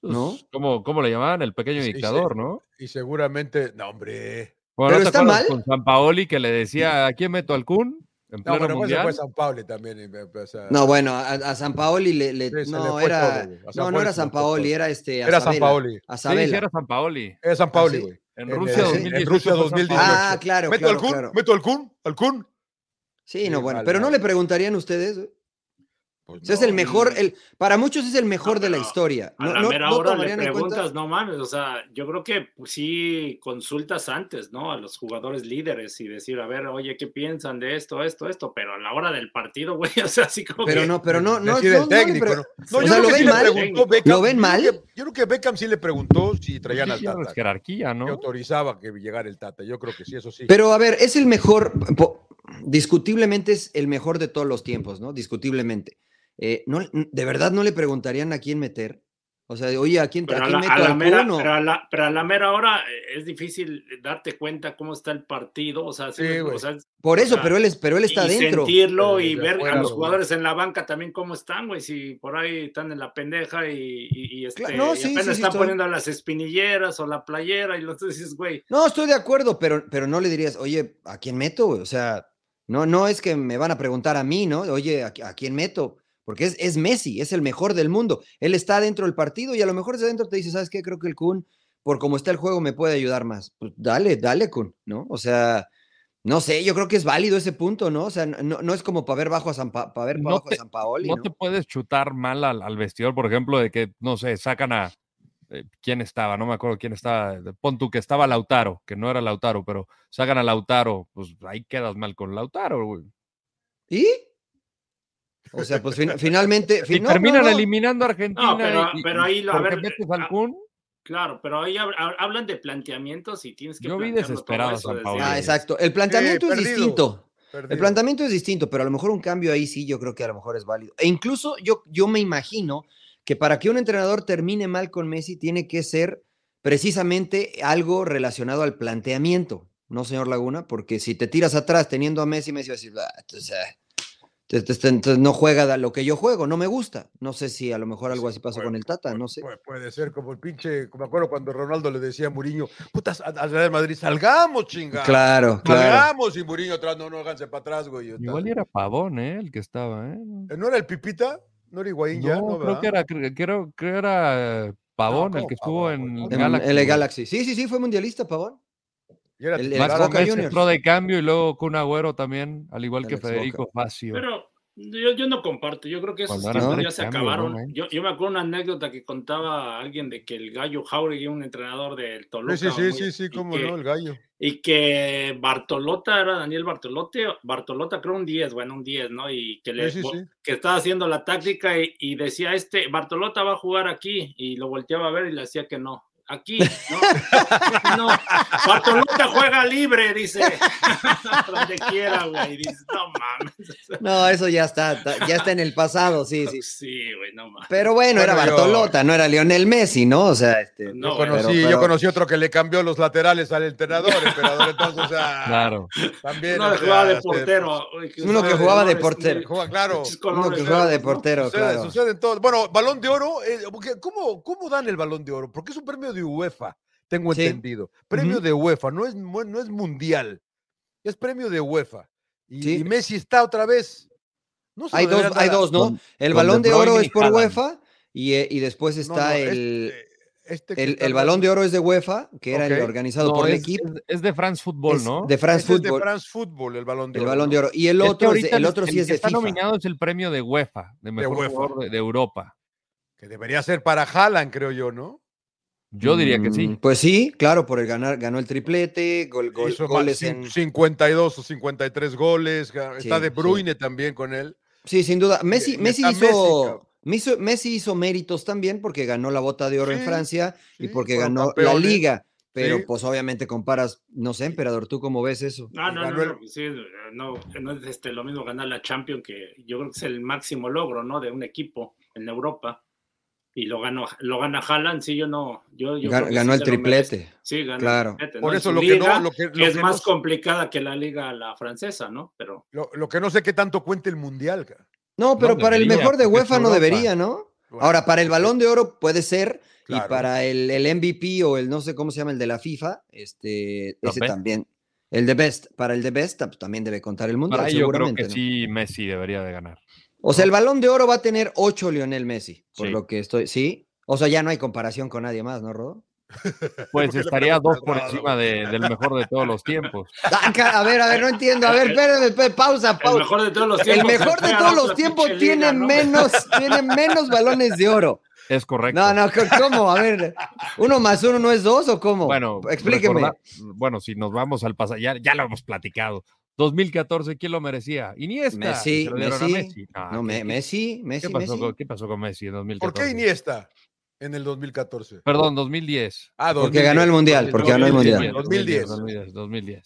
pues, ¿No? ¿cómo, cómo le llamaban? El pequeño Sí, sí. dictador, ¿no? Y seguramente, no, hombre. Bueno, Pero ¿no te está acuerdas mal. Con San Paoli que le decía, ¿a quién meto al Kun? En No, pleno bueno, pues se mundial. fue a San Pablo también. y me- o sea, No, bueno, a, a San Paoli le, le- Sí, se le no fue era, todo, güey. A San no, no Paoli era se le San fue Paoli, todo. era este Era San Sabela, Paoli. a Sí, sí, Sabela. era San Paoli. Era San Paoli, Ah, sí? güey. En En, Rusia eh, en 2018. Rusia fue San Paoli. 2018. Ah, claro, ¿Meto al claro, Kun? claro. ¿Meto al Kun? ¿Al Kun? Sí, no, Sí, bueno, mal, pero no mal. le preguntarían ustedes. güey? Pues O sea, es no. el mejor, el, para muchos es el mejor de la pero historia. A No, la no- mera no hora le tomarían en cuenta- preguntas, no mames, o sea, yo creo que pues, sí consultas antes, ¿no? A los jugadores líderes y decir, a ver, oye, ¿qué piensan de esto, esto, esto? Pero a la hora del partido, güey, o sea, así como Pero que- no, pero no, no, Decide no, el no le técnico, pre- ¿no? o yo sea, creo ¿lo que ven sí le mal? preguntó Beckham. ¿Lo ven Yo creo mal? que- Yo creo que Beckham sí le preguntó si Pues Sí, traían al sí, era Tata. jerarquía, Que ¿no? autorizaba que llegara el Tata. Yo creo que sí, eso sí. Pero a ver, es el mejor, po- discutiblemente es el mejor de todos los tiempos, ¿no? Discutiblemente. Eh, no, de verdad no le preguntarían a quién meter. O sea, oye, ¿a quién, Pero a a quién la, meto a la al mera, Kun o- pero a la- pero a la mera hora eh, es difícil darte cuenta cómo está el partido, o sea, sí, Sí, güey. o sea, Por eso, Ah. pero él, es, pero él está y dentro. sentirlo y Desde ver afuera, a los güey. jugadores en la banca también cómo están, güey, si por ahí están en la pendeja y, y, y, este, Claro, no, y sí, apenas sí, sí, están estoy- poniendo las espinilleras o la playera y entonces dices, güey, No, estoy de acuerdo, pero, pero no le dirías, oye, ¿a quién meto? güey? O sea, no, no es que me van a preguntar a mí, ¿no? Oye, ¿a, a quién meto? Porque es, es Messi, es el mejor del mundo. Él está dentro del partido y a lo mejor desde dentro te dice, ¿sabes qué? Creo que el Kun, por cómo está el juego, me puede ayudar más. Pues dale, dale, Kun, ¿no? O sea, no sé, yo creo que es válido ese punto, ¿no? O sea, no, no es como para ver bajo a San, Pa- para ver No para abajo te- a San Paoli, no ¿no? te puedes chutar mal al, al vestidor, por ejemplo, de que, no sé, sacan a. eh, ¿Quién estaba? No me acuerdo quién estaba. de- Pon tú que estaba Lautaro, que no era Lautaro, pero sacan a Lautaro, pues ahí quedas mal con Lautaro, güey. ¿Y? O sea, pues fin- finalmente... Y fin- no, no, terminan no. eliminando a Argentina. No, pero- y- pero y ahí lo- a porque ver, metes al ah, Kun, claro, pero ahí hab- hab- hablan de planteamientos y tienes que Yo vi plantearlo todo desesperado a eso San desde- Paoli. Ah, exacto. El planteamiento es perdido. distinto. Perdido. El planteamiento es distinto, pero a lo mejor un cambio ahí sí, yo creo que a lo mejor es válido. E incluso yo, yo me imagino que para que un entrenador termine mal con Messi tiene que ser precisamente algo relacionado al planteamiento, ¿no, señor Laguna? Porque si te tiras atrás teniendo a Messi, Messi va a decir, "Ah, entonces, ah, te- te- te- entonces no juega da- lo que yo juego, no me gusta. No sé si a lo mejor algo así pasó con el Tata, no sé. Pu- Puede ser como el pinche, me acuerdo cuando Ronaldo le decía a Muriño, putas, al al Real Madrid, salgamos, chingada. Claro, claro. Salgamos y Muriño atrás, no, no háganse para atrás, güey. igual era Pavón, ¿eh? El que estaba, ¿eh? Eh, ¿No era el Pipita? ¿No era Higuaín ya? No, No, creo, que ¿verdad? era, cre- creo, creo era eh, Pavón, el ¿cómo que estuvo Pavón, en güey? En- Galaxy, en el güey. Galaxy. Sí, sí, sí, fue mundialista, Pavón. Y era el- el titular, Max Boca güey. Gómez Juniors. entró de cambio y luego Kun Agüero también, al igual El que ex Federico Facio. Pero yo, yo no comparto, yo creo que esos Cuando eran tiempos tres ya se cambios, acabaron. ¿no, man? yo, yo me acuerdo una anécdota que contaba alguien de que el gallo Jauregui, un entrenador del Toluca, Sí, sí, sí, muy- sí, sí, y cómo que- no, el gallo. y que Bartolota era Daniel Bartolote, Bartolota creo un 10, bueno, un 10, ¿no? Y que le Sí, sí, sí. que estaba haciendo la táctica y, y decía este, Bartolota va a jugar aquí y lo volteaba a ver y le hacía que no. Aquí, no, no, Bartolota juega libre, dice, donde quiera, güey, dice, no mames, No, eso ya está, ta- ya está en el pasado, sí, sí. sí, güey, no mames, Pero bueno, era Bueno, yo- Bartolota, no era Lionel Messi, ¿no? O sea, este, No, yo, bueno, conocí, pero- yo pero- conocí otro que le cambió los laterales al entrenador, emperador, entonces, o sea, Claro. también. uno o que sea, jugaba de este, portero, güey, uno que jugaba de portero. Juega, claro. Pinches uno colores que jugaba de verdes, ¿no? portero, Sucede, claro. sucede en todo. Bueno, balón de oro, eh, porque ¿cómo, ¿cómo dan el balón de oro? Porque es un premio de UEFA, tengo Sí. entendido. Premio Ujú. de UEFA, no es, mu- no es mundial, es premio de UEFA. Y, Sí. y Messi está otra vez. No se Hay lo dos, deberían hay dar a- dos, ¿no? No, el con balón De de oro Bruyne y es por Haaland. UEFA y, eh, y después no, está el, este- este que el, está el balón de oro es de UEFA, que era el Ok. organizado No, por el es- equipo. es- Es de France Football, es ¿no? De France Ese este es Football. de France Football, el balón de el oro. balón de oro. Y el Es que otro, es de- ahorita el el- otro el sí es que de está FIFA. nominado es el premio de UEFA, de mejor UEFA. jugador de, de Europa. Que debería ser para Haaland, creo yo, ¿no? Yo diría que Mm, sí. Pues sí, claro, por el ganar, ganó el triplete, gol, gol- Hizo más- goles cin- en. 52 o 53 goles. ga- Sí, Está De sí. Bruyne también con él. Sí, sin duda. Messi, y Messi, está Messi, hizo, cabrón. Messi, Messi hizo méritos también porque ganó la bota de oro en Sí, Francia y sí, porque fueron ganó la campeones. liga. Pero Sí. pues obviamente comparas, no sé, emperador, ¿tú cómo ves eso? No, no, no, Manuel- no, sí, no, no es este, lo mismo ganar la Champions, que yo creo que es el máximo logro, ¿no? De un equipo en Europa. Y lo ganó, lo gana Haaland, sí, yo no. Yo, yo Gan- creo que ganó sí el se lo merece. triplete. Sí, ganó Claro. el triplete. ¿no? Por En eso su lo que no, liga, lo que- lo es que no más sé- complicada que la liga la francesa, ¿no? Pero Lo, lo que no sé qué tanto cuenta el Mundial. ca- No, pero para el debería, mejor de porque es UEFA no Europa. debería, ¿no? Bueno, Ahora, para el porque- balón de oro puede ser, y Claro. para el, el MVP o el no sé cómo se llama, el de la FIFA, este, ¿La ese Best? también. El de Best, para el de Best pues, también debe contar el mundial, Para ahí yo creo seguramente. que ¿no? sí Messi debería de ganar. O sea, el balón de oro va a tener 8 Lionel Messi, por Sí. lo que estoy. Sí. O sea, ya no hay comparación con nadie más, ¿no, Rodo? Pues le estaría dos por preguntas encima de- del mejor de todos los tiempos. Ah, ca- A ver, a ver, no entiendo. A ver, espérame, espérame, pausa, el pausa. mejor de todos los El tiempos. mejor de fue a todos otra los tiempos pinche liga, tiene ¿no? menos, tiene menos balones de oro. Es correcto. No, no, c- ¿cómo? A ver, ¿uno más uno no es dos o cómo? Bueno, explíqueme. recordar- bueno, si nos vamos al pasado, ya, ya lo hemos platicado. 2014, ¿quién lo merecía? Iniesta. y Messi, se lo dieron a Messi. Ah, No, ¿qué- me- qué- Messi, Messi, ¿Qué pasó, Messi. Con, qué pasó con Messi en 2014? ¿Por qué Iniesta en el 2014? Perdón, 2010. Ah, Porque ganó el 2010. mundial, porque ganó el mundial. 2010. 2010. 2010.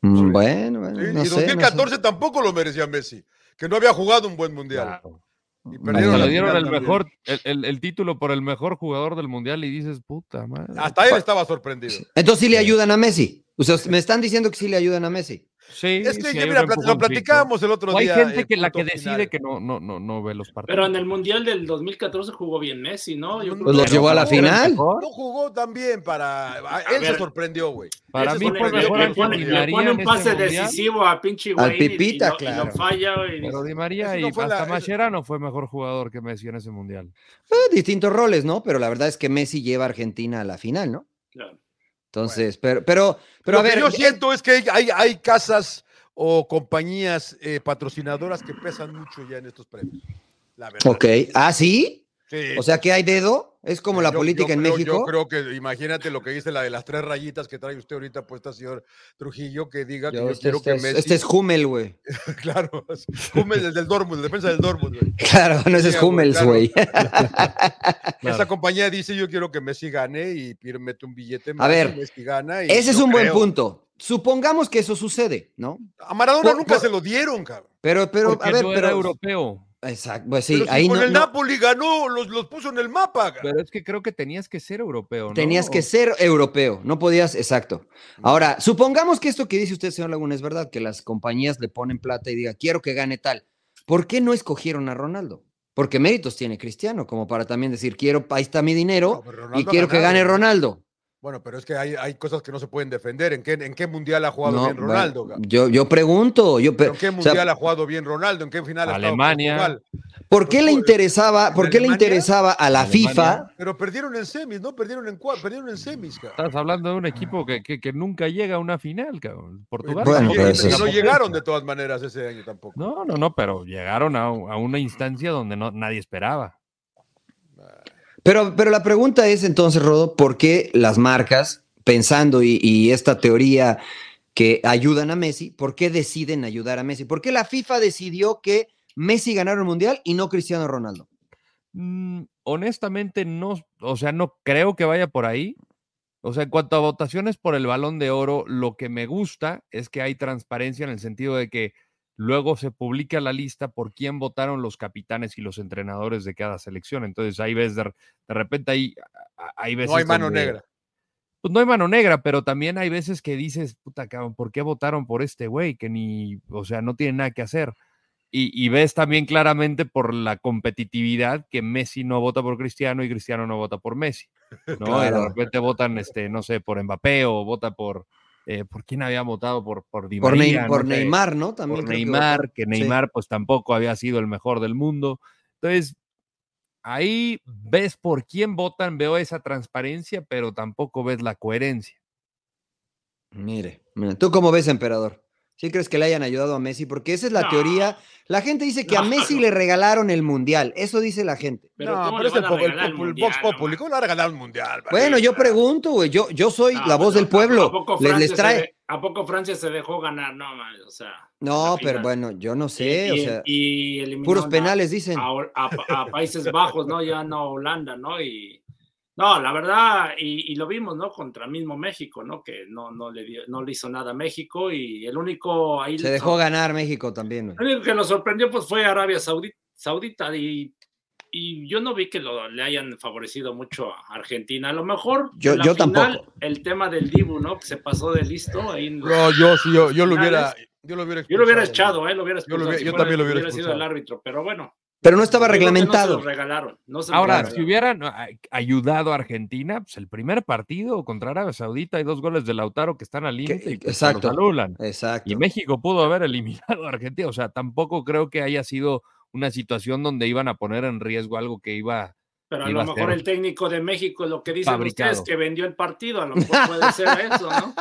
Mm, Bueno, bueno, Sí, no y sé. no sé. 2014 tampoco lo merecía Messi, que no había jugado un buen mundial. Claro. Y Perdieron Hasta la le dieron final el también. mejor, el, el- el título por el mejor jugador del mundial y dices, puta madre. Hasta él estaba sorprendido. Entonces sí le ayudan a Messi. O sea, me están diciendo que sí le ayudan a Messi. Sí, Es que sí, ya, hay un mira, plat- lo empujoncito. platicábamos el otro O hay día. gente el que la que punto decide final. que no, no, no, no ve los partidos. Pero en el Mundial del 2014 jugó bien Messi, ¿no? Yo creo Pues los que- llevó a la ¿Era el final. mejor? No jugó tan bien para. a- Él se ver. sorprendió, güey. Para Ese mí es un fue ejemplo. mejor le, Jorge pone, Di le María pone en un este pase mundial, decisivo a pinche Al Higuaín y- y Pipita, lo- y, claro. lo falla. y dice, Pero Di María Ese y no fue hasta la- ese- Mascherano fue mejor jugador que Messi en ese mundial. Eh, distintos roles, ¿no? Pero la verdad es que Messi lleva a Argentina a la final, ¿no? claro. Entonces, pero, pero, pero lo a ver. que yo eh, siento es que hay, hay casas o compañías eh, patrocinadoras que pesan mucho ya en estos premios. La verdad. Ok. ¿Ah, sí? Sí. O sea, que hay dedo. Es como la Yo- yo política en creo- México. Yo creo que, imagínate lo que dice la de las tres rayitas que trae usted ahorita puesta, señor Trujillo, que diga que Yo- yo, este, quiero este que es- Messi. este es Hummel, güey. Claro, Hummels, el del Dortmund, defensa del Dortmund. güey. Claro, no ese es Sí, güey, Hummels, claro. güey. Claro. Esa compañía dice yo quiero que Messi gane y Pierre mete un billete. A ver, Messi gana. y Ese es yo un buen creo. punto. Supongamos que eso sucede, ¿no? A Maradona Por- nunca por- se lo dieron, cabrón. Pero, pero, Porque a ver, no pero. era europeo. Exacto, pues sí, Pero si ahí con no, el no, Napoli ganó, los, los puso en el mapa. cabrón. Pero es que creo que tenías que ser europeo, ¿no? tenías que ser europeo, no podías, exacto. Ahora, supongamos que esto que dice usted, señor Laguna, es verdad, que las compañías le ponen plata y diga, quiero que gane tal. ¿Por qué no escogieron a Ronaldo? Porque méritos tiene Cristiano, como para también decir, quiero, ahí está mi No, dinero pero y Ronaldo ha quiero que ganado. gane Ronaldo. Bueno, pero es que hay, hay cosas que no se pueden defender. ¿En qué, en qué mundial ha jugado No, bien Ronaldo? bueno, cabrón? yo, yo pregunto, yo, ¿Pero pe- ¿En qué o sea, mundial ha jugado bien Ronaldo? ¿En qué final ha estado Alemania. Portugal? ¿por qué le Pues, interesaba, ¿en por qué le Alemania? interesaba a la Alemania. FIFA Pero perdieron en semis, ¿no? Perdieron en cua- perdieron en semis, cabrón. Estás hablando de un equipo que, que- que nunca llega a una final, cabrón. Portugal. Bueno, y, tampoco pero y es eso no es- una llegaron de todas maneras ese año tampoco. No, no, no, pero llegaron a, a una instancia donde no, nadie esperaba. Pero, pero la pregunta es entonces, Rodo, ¿por qué las marcas, pensando y, y esta teoría que ayudan a Messi, ¿por qué deciden ayudar a Messi? ¿Por qué la FIFA decidió que Messi ganara el Mundial y no Cristiano Ronaldo? Mm, honestamente, no, o sea, no creo que vaya por ahí. O sea, en cuanto a votaciones por el balón de oro, lo que me gusta es que hay transparencia en el sentido de que luego se publica la lista por quién votaron los capitanes y los entrenadores de cada selección. Entonces ahí ves, de, re- de repente ahí, ahí ves... No hay mano negra. Pues no hay mano negra, pero también hay veces que dices, puta cabrón, ¿por qué votaron por este güey? Que ni, o sea, no tiene nada que hacer. Y, y ves también claramente por la competitividad que Messi no vota por Cristiano y Cristiano no vota por Messi. ¿no? Y Claro. de repente votan, este, no sé, por Mbappé o vota por eh, ¿por quién había votado? Por, por, Di Por, Ney- María, por ¿no? Que- Neymar, ¿no? También por creo que Neymar, votó. que Sí. Neymar pues tampoco había sido el mejor del mundo. Entonces, ahí ves por quién votan, veo esa transparencia, pero tampoco ves la coherencia. Mire, mira, ¿tú cómo ves, emperador? ¿Sí crees que le hayan ayudado a Messi? Porque esa es la No. teoría. La gente dice que a No, Messi no. le regalaron el mundial. Eso dice la gente. Pero, no, ¿cómo pero le es el, van a po- el regalar el popul- mundial, Vox no Populi. mames? ¿Cómo le van a regalar un mundial? Bueno, yo Barbarita? pregunto, güey. Yo, yo soy No, la voz pues, del ¿a poco- pueblo. ¿a poco Les, les Francia se trae. de- ¿A poco Francia se dejó ganar? No, man, o sea. No, la pero final. bueno, yo no Y- sé. y- o sea, y eliminó puros a- penales dicen. a, a- a Países Bajos, ¿no? Ya no a Holanda, ¿no? Y no, la verdad, y, y lo vimos, ¿no? Contra mismo México, ¿no? Que no, no, le dio- no le hizo nada a México y el único ahí. Se dejó ganar México también, El güey. único que nos sorprendió pues fue Arabia Saudi- Saudita y, y yo no vi que lo, le hayan favorecido mucho a Argentina. A lo mejor Yo- en la yo final, tampoco. el tema del Dibu, ¿no? Que se pasó de listo. ahí en- No, Eh, yo sí, yo, yo lo hubiera. Yo lo hubiera, yo lo hubiera expulsado. echado, ¿eh? Lo hubiera Yo lo expulsado, hubiera- si yo fuera- también lo hubiera sido el expulsado. árbitro, pero bueno. Pero no estaba Yo creo que No reglamentado. se lo regalaron. No se lo Ahora, regalaron. si hubieran no, a- ayudado a Argentina, pues el primer partido contra Arabia Saudita hay dos goles de Lautaro que están al límite y pues, se los exacto. anulan. Exacto. Y México pudo haber eliminado a Argentina. O sea, tampoco creo que haya sido una situación donde iban a poner en riesgo algo que iba. Pero a iba lo a mejor ser el técnico de México, lo que dicen fabricado. ustedes, que vendió el partido, a lo mejor puede ser eso, ¿no?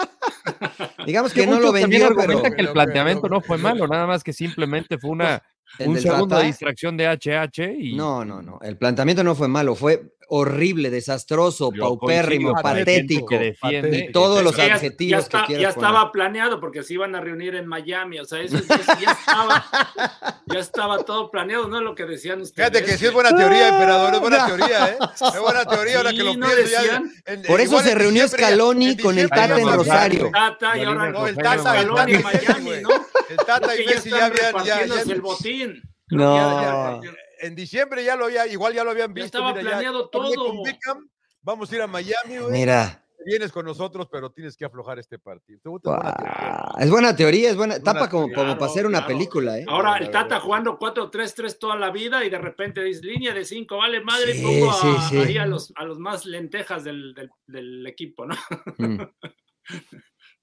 Digamos que Sí, no lo muchos también vendió, pero argumentan que Pero- el planteamiento no fue malo, nada más que simplemente fue una Pues, el un del segundo Tata- de distracción de HH y No, no, no. El planteamiento no fue malo, fue horrible, desastroso, Yo paupérrimo, coincido con el patético. que defiende Y todos los Es que ya- adjetivos ya, está- que quieras ya poner. estaba planeado porque se iban a reunir en Miami, o sea, eso, eso ya, estaba, ya estaba todo planeado, ¿no? Lo que decían ustedes. Fíjate que sí es buena teoría, emperador, es buena teoría, ¿eh? Es buena teoría ahora Sí, que lo no pienso ya. decían. en- Por eso igual se en reunió diciembre ya- Scaloni con el diciembre ya Tata iban en a hablar, Rosario. güey. Tata y Yo ahora digo, No, el Rosario, Tata, el Tata Scaloni y en Messi, Miami, güey. ¿no? El Tata Es y que ya Messi están ya habían. ya- repartiéndose ya- el botín. No. Ya- ya- En diciembre ya lo había, igual ya lo habían Ya visto. estaba mira, ya planeado hablé todo. con Beckham, vamos a ir a Miami, güey. Mira. Vienes con nosotros, pero tienes que aflojar este partido. Te gusta, es buena teoría. guau, Es buena teoría, es buena. Tapa como, teoría. como para hacer una Claro, claro. película, ¿eh? Ahora la el Tata verdad. jugando 4-3-3 toda la vida y de repente dice línea de 5, vale madre, Sí, y pongo a, sí, sí. ahí a los, a los más lentejas del, del- del equipo, ¿no? Mm.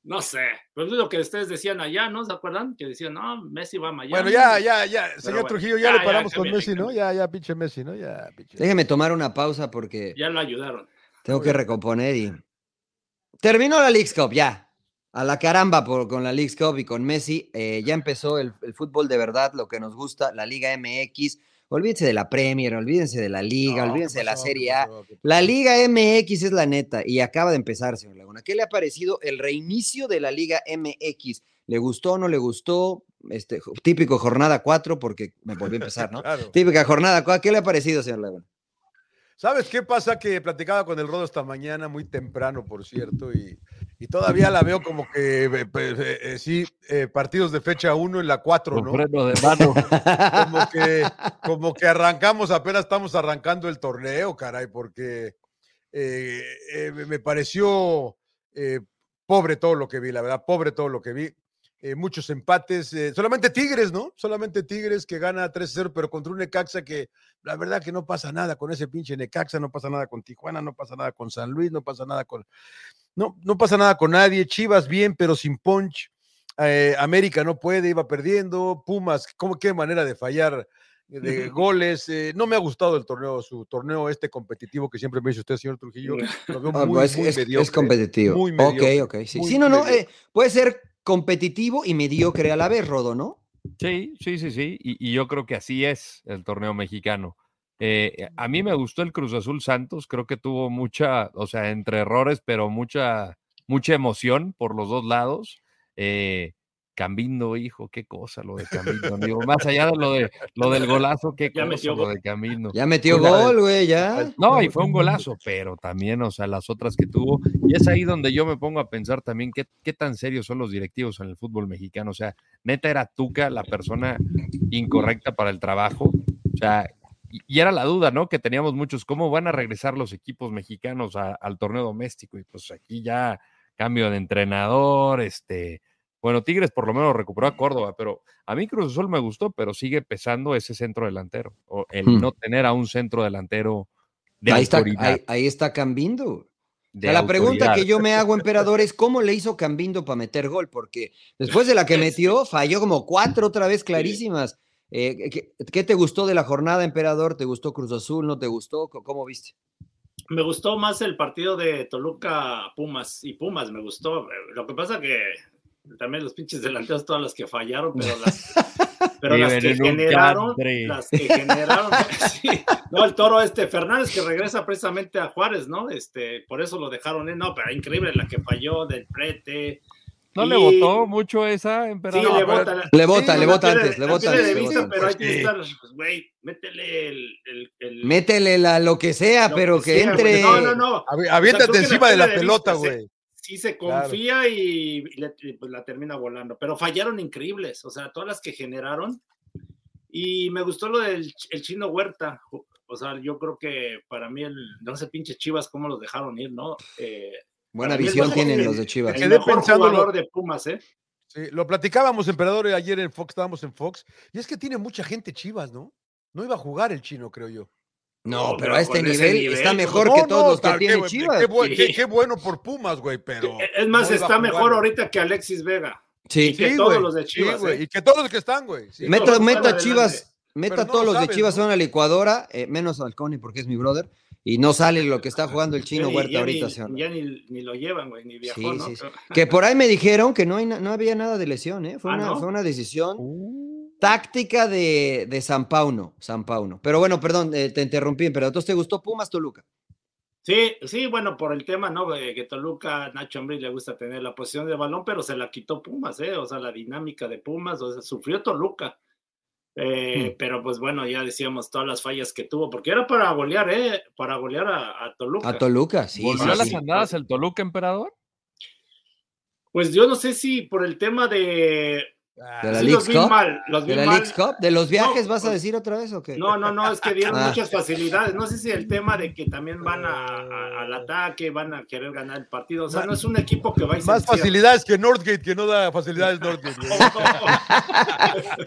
No sé, pero es lo que ustedes decían allá, ¿no? ¿Se acuerdan? Que decían, no, Messi va a Miami. Bueno, ya, ya, ya. Señor bueno, Trujillo, ya, ya, le ya, paramos con cámbiale, Messi, ¿no? Ya, ya, pinche Messi, ¿no? Ya, pinche. Déjeme tomar una pausa porque Ya lo ayudaron. tengo que recomponer y. Terminó la Leagues Cup, ya. A la caramba por- con la Leagues Cup y con Messi. eh, ya empezó el, el fútbol de verdad, lo que nos gusta, la Liga MX. Olvídense de la Premier, olvídense de la Liga, No, olvídense ¿qué de la pasó? ¿Qué Serie A. pasó? ¿Qué La pasó? Liga MX es la neta y acaba de empezar, señor Laguna. ¿Qué le ha parecido el reinicio de la Liga MX? ¿Le gustó o no le gustó? Este, jo- típico jornada 4, porque me volví a empezar, ¿no? Claro. Típica jornada 4. ¿Qué le ha parecido, señor Laguna? ¿Sabes qué pasa? Que platicaba con el Rodo esta mañana, muy temprano, por cierto, y, y todavía la veo como que, eh, pues, eh, eh, sí, eh, partidos de fecha 1 en la 4, con ¿no? freno de mano. Como que, como que arrancamos, apenas estamos arrancando el torneo, caray, porque eh, eh, me me pareció eh, pobre todo lo que vi, la verdad, pobre todo lo que vi. Eh, muchos empates, eh, solamente Tigres, ¿no? Solamente Tigres que gana 3-0, pero contra un Necaxa que la verdad que no pasa nada con ese pinche Necaxa, no pasa nada con Tijuana, no pasa nada con San Luis, no pasa nada con... No, no pasa nada con nadie, Chivas bien, pero sin punch. Eh, América no puede, iba perdiendo, Pumas, ¿cómo, qué manera de fallar de goles. Eh, no me ha gustado el torneo, su torneo este competitivo que siempre me dice usted, señor Trujillo. Lo veo Ah, muy, pues, muy es, es mediocre. competitivo. muy mediocre, ok, ok. Sí, muy Sí, no, no. mediocre. eh, puede ser competitivo y mediocre a la vez, Rodo, ¿no? Sí, sí, sí, sí. Y, y yo creo que así es el torneo mexicano. Eh, a mí me gustó el Cruz Azul Santos, creo que tuvo mucha, o sea, entre errores, pero mucha, mucha emoción por los dos lados. Eh, Cambindo, hijo, qué cosa lo de Cambindo. Digo, más allá de lo de lo del golazo, qué Ya cosa metió lo gol. de Cambindo. Ya metió Una vez. gol, güey, ya. No, y fue un golazo, pero también, o sea, las otras que tuvo. Y es ahí donde yo me pongo a pensar también qué, qué tan serios son los directivos en el fútbol mexicano. O sea, neta era Tuca la persona incorrecta para el trabajo. O sea, y, y era la duda, ¿no? Que teníamos muchos, ¿cómo van a regresar los equipos mexicanos a- al torneo doméstico? Y pues aquí ya cambio de entrenador, este. Bueno, Tigres por lo menos recuperó a Córdoba, pero a mí Cruz Azul me gustó, pero sigue pesando ese centro delantero, o el Hmm. no tener a un centro delantero de Ahí está, autoridad. ahí, ahí está Cambindo. O sea, la pregunta que yo me hago, emperador, es cómo le hizo Cambindo para meter gol, porque después de la que metió, falló como cuatro otra vez clarísimas. Eh, ¿qué, ¿Qué te gustó de la jornada, emperador? ¿Te gustó Cruz Azul? ¿No te gustó? ¿Cómo viste? Me gustó más el partido de Toluca Pumas y Pumas, me gustó. Lo que pasa que también los pinches delanteros, todas las que fallaron, pero las, pero las que generaron, las que generaron, sí. no, el toro este Fernández que regresa precisamente a Juárez, ¿no? Este, por eso lo dejaron en, no, pero increíble la que falló del prete. ¿No y... le votó mucho esa, emperador? Sí, le vota. La... Le vota, sí, le vota antes, le vota antes. Vista, pero hay que estar, güey, métele el, el, el... Métele la, lo que sea, lo pero que, que sea, entre... No, no, no. Aviéntate o sea, encima de la, de pelota, güey sí se confía claro. y, le, pues la termina volando. Pero fallaron increíbles, o sea, todas las que generaron. Y me gustó lo del el chino Huerta. O sea, yo creo que para mí, el, no sé, pinche Chivas, cómo los dejaron ir, ¿no? Eh, Buena visión mejor, tienen los de Chivas. El mejor jugador lo... de Pumas, ¿eh? Sí, lo platicábamos, Emperador, ayer en Fox, estábamos en Fox. Y es que tiene mucha gente Chivas, ¿no? No iba a jugar el chino, creo yo. No, no, pero a este nivel, nivel, está mejor no, que todos no, los que tal, tiene qué, Chivas. Qué, qué, sí. qué, bueno por Pumas, güey, pero. E, Es más, está mejor ahorita que Alexis Vega. Sí, y que sí, todos güey, los de Chivas. Sí, eh. Y que todos los que están, güey. meta, meta Chivas, meta todos los de Chivas a una licuadora, eh, menos al Cone porque es mi brother. Y no sale lo que está jugando el chino ya Huerta ya ahorita. Ni, señor. ya ni, ni, lo llevan, güey, ni viajó, ¿no? Pero... Que por ahí me dijeron que no, hay, no había nada de lesión, ¿eh? Fue, ¿Ah, una, fue una decisión uh, táctica de, de, San Paulo, San Paulo. Pero bueno, perdón, eh, te interrumpí, pero entonces te gustó Pumas Toluca. Sí, sí, bueno, por el tema, ¿no? Que Toluca, Nacho Ambrí le gusta tener la posición de balón, pero se la quitó Pumas, ¿eh? O sea, la dinámica de Pumas, o sea, sufrió Toluca. Eh, Hmm. mm. Pero pues bueno, ya decíamos todas las fallas que tuvo, porque era para golear, ¿eh? Para golear a, a Toluca. A Toluca, sí. ¿Volvió a sí, las sí. andadas el Toluca, emperador? Pues yo no sé si por el tema de, Ah, ¿De la, sí, League, Cup? Mal, ¿De la League Cup? ¿De los viajes no, vas a decir otra vez o qué? No, no, no, es que dieron ah. muchas facilidades. No sé si el tema de que también van a, a, Ah. al ataque, van a querer ganar el partido. O sea, no es un equipo que va a Más facilidades que Northgate, que no da facilidades Northgate.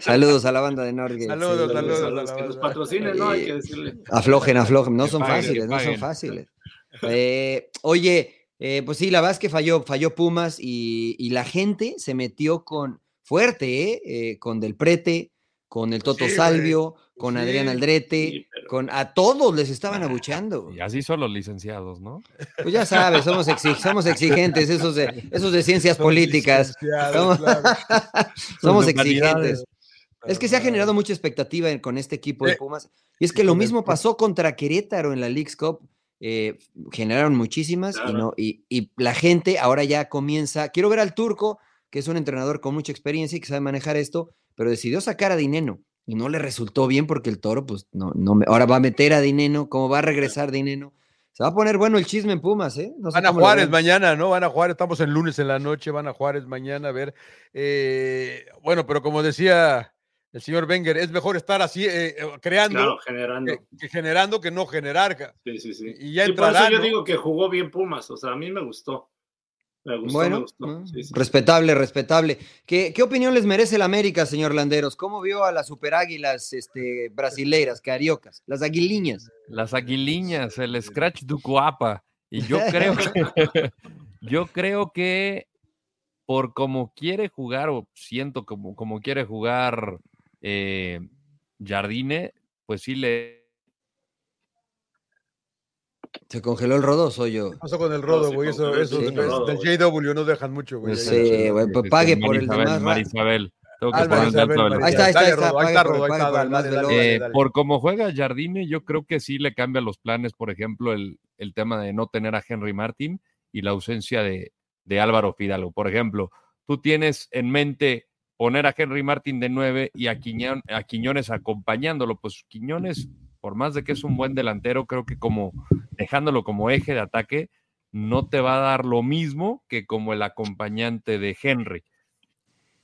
saludos a la banda de Northgate. Saludos, sí, saludos, saludos, a los Que los patrocinen, ¿no? Hay que decirle. Aflojen, aflojen. No son paguen, fáciles, no son fáciles. Eh, oye, eh, pues sí, la verdad es que falló, falló Pumas y, y la gente se metió con fuerte, ¿eh? Eh, con Del Prete, con el Toto sí, Salvio, eh, con sí, Adrián Aldrete, sí, pero... con a todos les estaban abucheando. Y así son los licenciados, ¿no? Pues ya sabes, somos, exig somos exigentes, esos de, esos de ciencias políticas. Somos, claro. somos exigentes. Claro, es que se ha generado mucha expectativa en, con este equipo de Pumas. Y es que lo mismo pasó contra Querétaro en la Leagues Cup. eh, generaron muchísimas claro. y, no, y, y la gente ahora ya comienza. Quiero ver al turco, que es un entrenador con mucha experiencia y que sabe manejar esto, pero decidió sacar a Dineno y no le resultó bien porque el toro, pues, no, no, ahora va a meter a Dineno, ¿cómo va a regresar Dineno? Se va a poner bueno el chisme en Pumas, ¿eh? No van a Juárez mañana, ¿no? Van a Juárez, estamos en lunes en la noche, van a Juárez mañana, a ver. Eh, bueno, pero como decía el señor Wenger, es mejor estar así, eh, creando, claro, generando. Que, que, generando que no generar. Sí, sí, sí. Y ya sí, entrará, por eso yo ¿no? digo que jugó bien Pumas, o sea, a mí me gustó. Me gustó, bueno, mm, me gustó. Sí, sí. respetable, respetable. ¿Qué, ¿Qué, opinión les merece el América, señor Landeros? ¿Cómo vio a las superáguilas este, brasileiras, cariocas, las aguiliñas? Las aguiliñas, el Scratch Ducuapa. Y yo creo que, yo creo que por como quiere jugar, o siento como, como quiere jugar eh, Jardine, eh, pues sí le se congeló el rodo, soy yo. ¿Qué pasó con el rodo, güey? Eso, eso, sí, es, rodo, del JW no dejan mucho, güey. Sí, güey, pues pague por el demás. este, Marisabel. Tengo que Isabel, Isabel, ahí está, ahí está, ahí está. Ahí está, rodo, ahí está. Dale, dale, dale, eh, por cómo juega Jardine, yo creo que sí le cambia los planes, por ejemplo, el, el tema de no tener a Henry Martin y la ausencia de, de Álvaro Fidalgo. Por ejemplo, tú tienes en mente poner a Henry Martin de 9 y a, Quiñon, a Quiñones acompañándolo. Pues Quiñones por más de que es un buen delantero, creo que como dejándolo como eje de ataque, no te va a dar lo mismo que como el acompañante de Henry.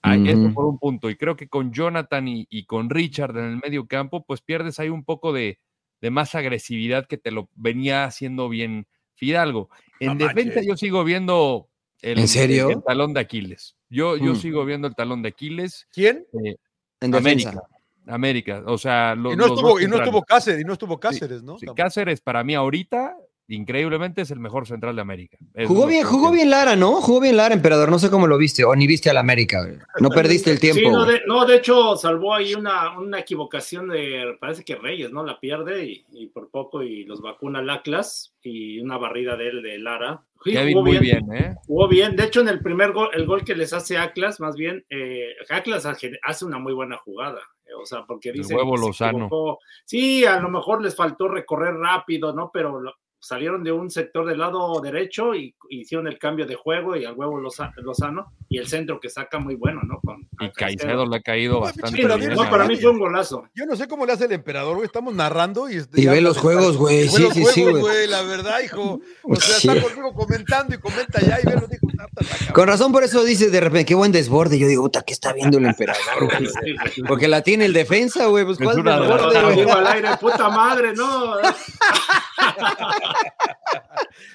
Ahí mm -hmm. Eso por un punto. Y creo que con Jonathan y, y, con Richard en el medio campo, pues pierdes ahí un poco de, de más agresividad que te lo venía haciendo bien Fidalgo. En no defensa manches. yo sigo viendo el, ¿En serio? el, talón de Aquiles. Yo, yo mm. sigo viendo el talón de Aquiles. ¿Quién? Eh, en América. Defensa. América, o sea, lo, y, no estuvo, y no estuvo Cáceres, y no estuvo Cáceres, ¿no? Sí, Cáceres para mí ahorita increíblemente es el mejor central de América. Es Jugó lo bien, que jugó entiendo. bien Lara, ¿no? Jugó bien Lara, emperador. No sé cómo lo viste, o ni viste al América. güey. No perdiste el tiempo. Sí, no güey. de, no, de hecho, salvó ahí una, una equivocación de, parece que Reyes, ¿no? La pierde y, y por poco y los vacuna el Atlas y una barrida de él de Lara. Sí, Kevin, jugó muy bien, ¿eh? Jugó bien. De hecho, en el primer gol, el gol que les hace Atlas, más bien, eh, Atlas hace- hace una muy buena jugada. Eh, O sea, porque El dice. huevo se Lozano. equivocó. Sí, a lo mejor les faltó recorrer rápido, ¿no? Pero lo- salieron de un sector del lado derecho y hicieron el cambio de juego y al huevo Loza- Lozano y el centro que saca muy bueno, ¿no? Con, Y a Caicedo. Caicedo le ha caído bastante Sí, pero bien. bien, no, a- para mí fue un golazo. Yo no sé cómo le hace el emperador, güey. Estamos narrando y. este, Y ya- ve los juegos, güey. Y ve Sí, los sí, sí, juegos, güey. La verdad, hijo. O sea, Sí. está conmigo comentando y comenta ya y ve los dijo. "Tata, la cabrón". Con razón, por eso dice de repente, qué buen desborde. Yo digo, puta, ¿qué está viendo el emperador? güey? Sí, sí. Porque la tiene el defensa, güey. Pues, Es ¿cuál una Pero desborde, lo güey? digo al aire, puta madre, no.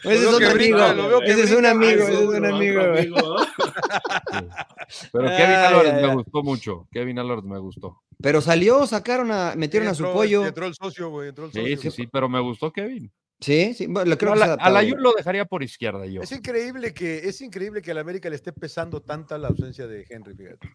Ese es Lo veo otro que amigo. brinca, lo veo que Ese es un brinca. amigo, Ay, ese es un otro amigo. güey. amigo, ¿no? Pero Kevin Ay, Álvarez ay, me ay. gustó mucho. Kevin Álvarez me gustó. Pero salió, sacaron a, metieron a su Entró- pollo. Entró el socio, güey. Entró el Sí, socio. sí, sí, pero me gustó Kevin. Sí, sí, bueno, lo No, a creo que se la, adaptó, a la güey. Jun lo dejaría por izquierda yo. Es increíble que es increíble que al América le esté pesando tanta la ausencia de Henry, fíjate.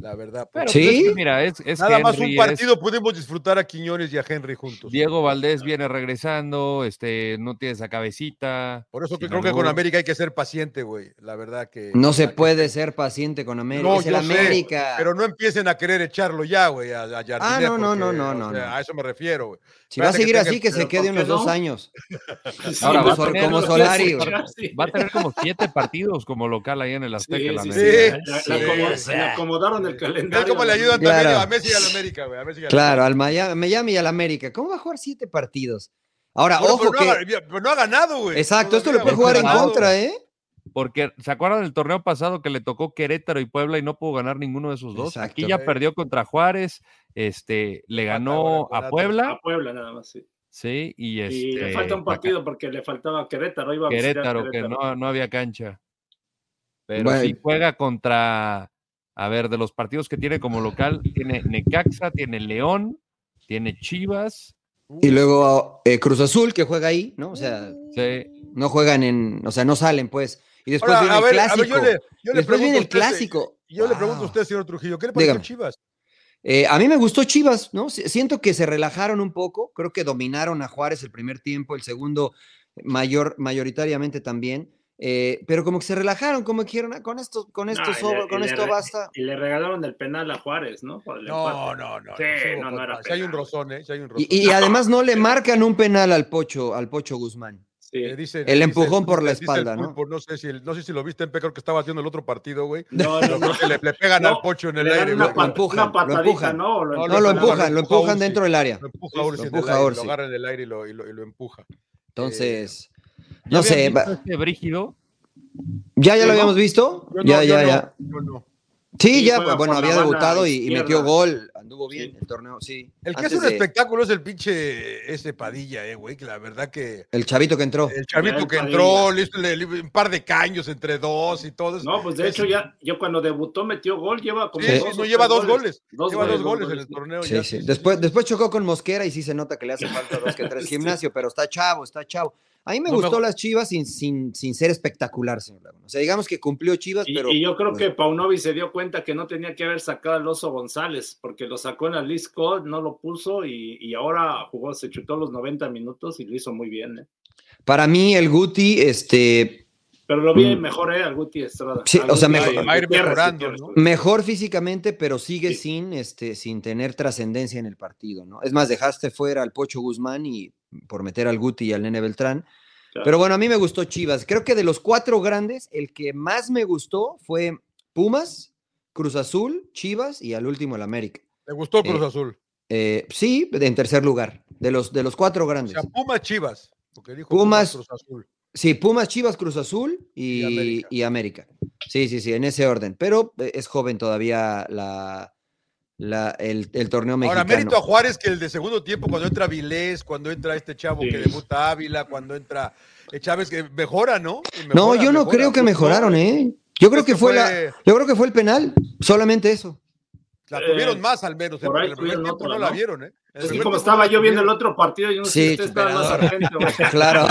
La verdad. Pero porque Sí. pues, es que mira, es, es Nada más Henry, un es- partido pudimos disfrutar a Quiñones y a Henry juntos. Diego Valdés viene regresando, este, no tiene esa cabecita. Por eso que Sin creo que con albur. América hay que ser paciente, güey. La verdad que. No se la que- puede ser paciente con América. No, es el yo sé, América. Pero no empiecen a querer echarlo ya, güey, a, a Jardiné, Ah, no, no, porque, no, no, o no, sea, no. A eso me refiero, güey. si va a espérate que seguir tenga así, el- que se pero quede ¿por unos qué dos no? años. Sí, Ahora va va a a tener- tener como los Solari, pies, güey. sí. Va a tener como siete partidos como local ahí en el Sí, Azteca. la sí, sí, América, ¿eh? le- Sí, le acomo- sí. le acomodaron el calendario. Es como le ayudan Claro. también a Messi y al América, güey. a Messi y al Claro, América. al Maya- Miami y al América. ¿Cómo va a jugar siete partidos? Ahora, Bueno, ojo pero no ha- que. pero no ha ganado, güey. Exacto, esto le Todavía, puede güey, jugar en no ha ganado. contra, ¿eh? Porque se acuerdan del torneo pasado que le tocó Querétaro y Puebla y no pudo ganar ninguno de esos dos. Aquí Exacto. ya perdió contra Juárez, este, le Empata ganó ahora con a Atlas. A Puebla, Puebla nada más, sí. sí, y este. y le falta un la ca- partido porque le faltaba a Querétaro. Iba a visitar Querétaro, que no, no había cancha. Pero Bueno. si juega contra, a ver, de los partidos que tiene como local, tiene Necaxa, tiene León, tiene Chivas, Y luego eh, Cruz Azul, que juega ahí, ¿no? O sea, sí, no juegan en. O sea, no salen, pues. Y después Ahora, viene a el ver, a ver, clásico. yo le, yo le después pregunto viene a el usted, clásico. Yo le pregunto a Wow. usted, señor Trujillo, ¿qué le pareció Dígame. Chivas? Eh, a mí me gustó Chivas, ¿no? Si- Siento que se relajaron un poco, creo que dominaron a Juárez el primer tiempo, el segundo mayor, mayoritariamente también, eh, pero como que se relajaron, como que dijeron, "Ah, con esto, con esto, y le- sobra, y con le esto re- basta. Y le regalaron el penal a Juárez, ¿no? Por el No, empate. no, no. Sí, estuvo no, no era fatal. Si hay un penal. rozón, ¿eh? Si hay un rozón. Y, y además no le marcan un penal al Pocho, al Pocho Guzmán. Sí. Le dice- el le dice empujón por la dice el espalda, ¿no? pulpo, No sé, si el- no sé si lo viste, Pepe, creo que estaba haciendo el otro partido, güey. No, no, Pero no. creo que le, le pegan No, al pocho en el Le dan aire, una, güey. pat- empujan, una lo patadita, empujan. ¿no? Lo No, No, lo empuja, lo empujan, lo empuja empujan Ursi. dentro del área. Lo empuja a Ursi Lo en el empuja aire, Ursi. Lo agarra en el aire y lo, y lo, y lo empuja. Entonces, ¿Ya no habían sé, visto va- este Brígido? ¿ya, ya Yo lo no, habíamos visto? Yo no, Ya, yo ya, no, ya. yo no. Sí, Sí, ya, juega bueno, por la había banda debutado y, y metió izquierda. gol, anduvo bien Sí. el torneo, sí. El que Antes es un de- espectáculo es el pinche ese Padilla, eh, güey, que la verdad que el chavito que entró. el chavito el que Padilla. entró, le hizo- le- le- un par de caños entre dos y todo. eso. No, pues de Es- hecho, ya, yo cuando debutó metió gol, lleva como. Sí, dos sí, o no lleva tres dos goles. Dos lleva goles, dos dos goles en goles. el torneo. Sí, ya, sí. Después, después chocó con Mosquera y sí se nota que le hace falta dos que tres gimnasio, pero está chavo, está chavo. A mí me No me gustó gu- las Chivas sin, sin, sin ser espectacular, señor Laguna. O sea, digamos que cumplió Chivas, Y, pero y yo creo que Paunovi se dio cuenta que no tenía que haber sacado al oso González, porque lo sacó en la Liz Scott, no lo puso y, y ahora jugó, se chutó los 90 minutos y lo hizo muy bien. ¿eh? para mí el Guti, este, Pero lo vi Mm. mejor, ¿eh? Al Guti Estrada. Sí, Al o sea, Guti mejor- y va a ir Gutiérrez, mejorando, Gutiérrez, ¿no? Gutiérrez. mejor físicamente, pero sigue Pues, Sí. sin, este, sin tener trascendencia en el partido, ¿no? Es más, dejaste fuera al Pocho Guzmán y por meter al Guti y al Nene Beltrán. Claro. Pero bueno, a mí me gustó Chivas. Creo que de los cuatro grandes, el que más me gustó fue Pumas, Cruz Azul, Chivas y al último el América. Me gustó Sí. Cruz Azul. Eh, sí, de- en tercer lugar, de los, de los cuatro O grandes. sea, Pumas Chivas. Porque dijo Pumas- Cruz Azul. Sí, Pumas, Chivas, Cruz Azul y, Y y América. América. Sí, sí, sí, en ese orden. Pero eh, es joven todavía la, la- el, el torneo mexicano. Ahora, mérito a Juárez que el de segundo tiempo, cuando entra Vilés, cuando entra este chavo Sí. que debuta Ávila, cuando entra eh, Chávez, que mejora, ¿no? Y no, mejora, yo no mejora. creo que No, mejoraron, ¿eh? Yo creo Es que que fue la, fue- yo creo que fue el penal, solamente eso. La Eh, tuvieron más al menos, ¿eh? por Porque ahí en el primer tuvieron tiempo otra, no la ¿no? vieron, ¿eh? Es que como estaba yo viendo el otro partido, yo no Sí, sé si usted estaba más superador. atento. ¿eh? güey. Claro.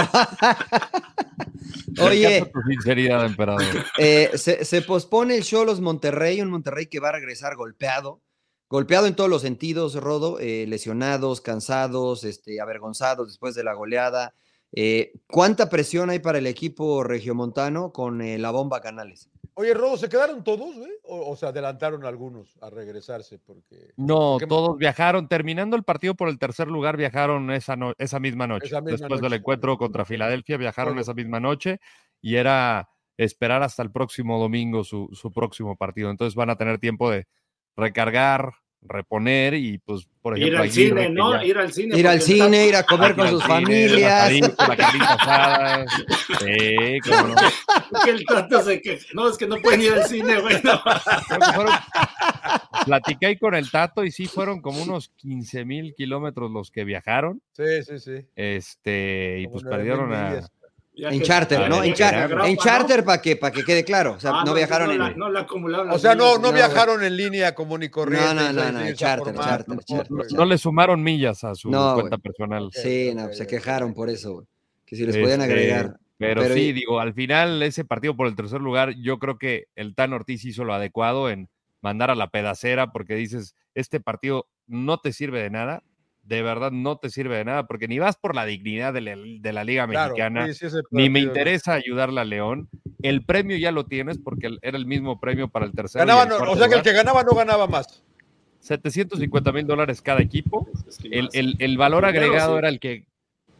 Oye, Por tu sinceridad, emperador. Eh, se, se pospone el show Los Monterrey, un Monterrey que va a regresar golpeado, golpeado en todos los sentidos, Rodo, eh, lesionados, cansados, este, avergonzados después de la goleada. Eh, ¿Cuánta presión hay para el equipo regiomontano con eh, la bomba Canales? Oye, Rodo, ¿se quedaron todos, güey? O, o se adelantaron algunos a regresarse porque No, ¿Por qué? todos viajaron, terminando el partido por el tercer lugar, viajaron esa, no- esa misma noche. Esa misma Después del noche. encuentro contra Filadelfia, viajaron Oye. esa misma noche y era esperar hasta el próximo domingo su, su próximo partido. Entonces van a tener tiempo de recargar, reponer y pues, por Ir ejemplo... al Aguirre, cine, que ¿no? ya- Ir al cine. Ir al porque está- cine, ir a comer con al sus cine, La, familias. carita, la carnita asada. Sí, cómo no. porque el trato se que no, es que no pueden ir al cine, güey. no. Creo que fueron- Platiqué ahí con el Tato y sí fueron como unos 15 mil kilómetros los que viajaron. Sí, sí, sí. Este, y Como pues nueve mil perdieron a. millas. Ya En que- charter, ya ¿no? que En, se char- agrapa, en ¿no? charter para que, para que quede claro. O sea, Ah, no, viajaron no, en... la- No la acumularon. O sea, las no, millas, no No, viajaron en línea común y corriente. no, no, seis no, días a charter, formar, charter, no, charter, güey. No le sumaron millas a su No, cuenta personal. Eh, Sí, no, pues, Ok, se ok, quejaron ok. por eso, güey, que si les podían Este, agregar. Pero, Pero sí, y- digo, al final ese partido por el tercer lugar, yo creo que el Tan Ortiz hizo lo adecuado en mandar a la pedacera porque dices, este partido no te sirve de nada, de verdad no te sirve de nada porque ni vas por la dignidad de la, de la Liga Claro, Mexicana, sí, sí, ese ni me partido, ¿no? interesa ayudarle a León. El premio ya lo tienes porque el- era el mismo premio para el tercer Ganaba, y el no, cuarto o sea que el lugar. que ganaba no ganaba más. 750 mil dólares cada equipo. es que El, más. el- el valor Claro, agregado sí. era el que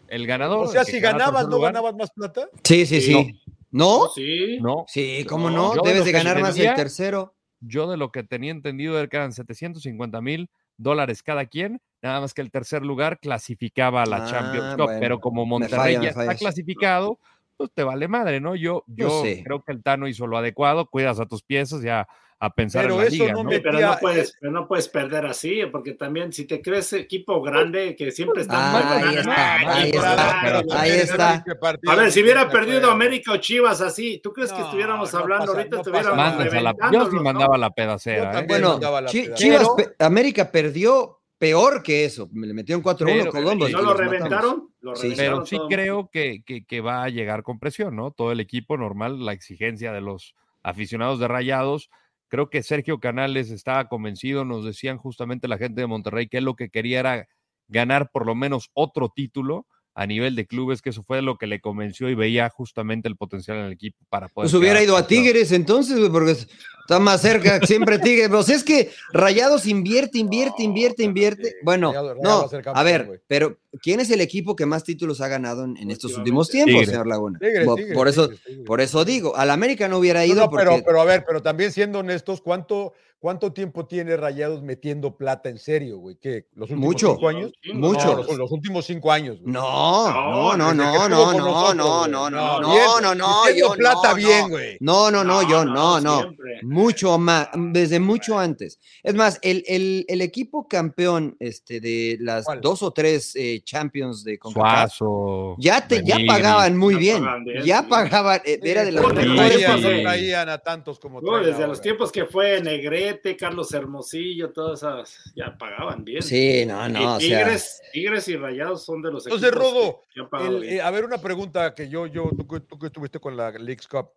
el O ganador. sea, el que si quedaba ganabas, tercer no lugar. ganabas más plata. Sí, sí, sí. ¿No? Sí. No, Oh, Sí, cómo No, no, yo de debes lo de que ganar más el entendía- tercero. yo de lo que tenía entendido era que eran 750 mil dólares cada quien, nada más que el tercer lugar clasificaba a la Ah, Champions Cup, bueno. pero como Me Monterrey falla, me ya está fallas. clasificado, pues te vale madre, ¿no? Yo, Yo yo, sé. creo que el Tano hizo lo adecuado, cuidas a tus piezas ya a pensar Pero en la eso liga, no ¿no? me- Pero Tía, no, eh. puedes, pero no puedes perder así, porque también si te crees equipo grande que siempre está Ah, ahí está, ahí está, ahí está. este pues. A ver, si hubiera perdido América o Chivas así, ¿tú crees que estuviéramos No, no hablando pasa, ahorita? no pasa estuviéramos nada. Mandas a la, yo sí reventándolos, mandaba ¿no? la pedacera, ¿eh? también. Bueno, mandaba la Chi- peda. Chivas, Pero- pe- América perdió peor que eso. Me le metió en 4-1 Pero- Colombo. ¿Y y no lo los matamos. reventaron? Lo Sí. reventaron Pero sí todo. creo que, que- que va a llegar con presión, ¿no? Todo el equipo normal, la exigencia de los aficionados de Rayados. Creo que Sergio Canales estaba convencido, nos decían justamente la gente de Monterrey que él lo que quería era ganar por lo menos otro título a nivel de clubes, que eso fue lo que le convenció y veía justamente el potencial en el equipo para poder. Pues hubiera quedar ido a campeón. Tigres entonces, güey, porque está más cerca siempre Tigres. Pero si es que Rayados invierte, invierte, invierte, invierte. sí, Bueno, Rayados- Rayados va no, a ser a campeón, güey. ver, pero ¿quién es el equipo que más títulos ha ganado en, en estos últimos Últimamente. tiempos, Tigres. señor Laguna? Tigres, Bo- Tigres, por eso, Tigres, Tigres. por eso digo, al América no hubiera No, ido no, pero, porque pero a ver, pero también siendo honestos, ¿cuánto, cuánto tiempo tiene Rayados metiendo plata en serio, güey? ¿Qué? ¿Los últimos Mucho. cinco años? Mucho. No, los, los últimos cinco años. güey. no, no, no, Desde que no, estuvo no, con no, nosotros, no, güey. no, no, bien, no, no, no, metiendo yo plata no, bien, no. güey. No, no, no, yo no, no. siempre. Mucho más, desde mucho antes. Es más, el, el- el equipo campeón este, de las ¿Cuál? dos o tres eh, Champions de CONCACAF, Suazo. ya, te, ya Pellegrini. pagaban muy Ya bien. pagaban bien, Ya sí. pagaban, eh, era de los Sí, no mejores. traían, sí. no traían a tantos como No, traen desde ahora. los tiempos que fue Negrete, Carlos Hermosillo, todas esas, ya pagaban bien. Sí, no, no, o Y sea, Tigres, Tigres y Rayados son de los Entonces, equipos Rodo, que han pagado El- bien. eh, a ver, una pregunta que yo, yo, tú, que- tú que estuviste con la Leagues Cup.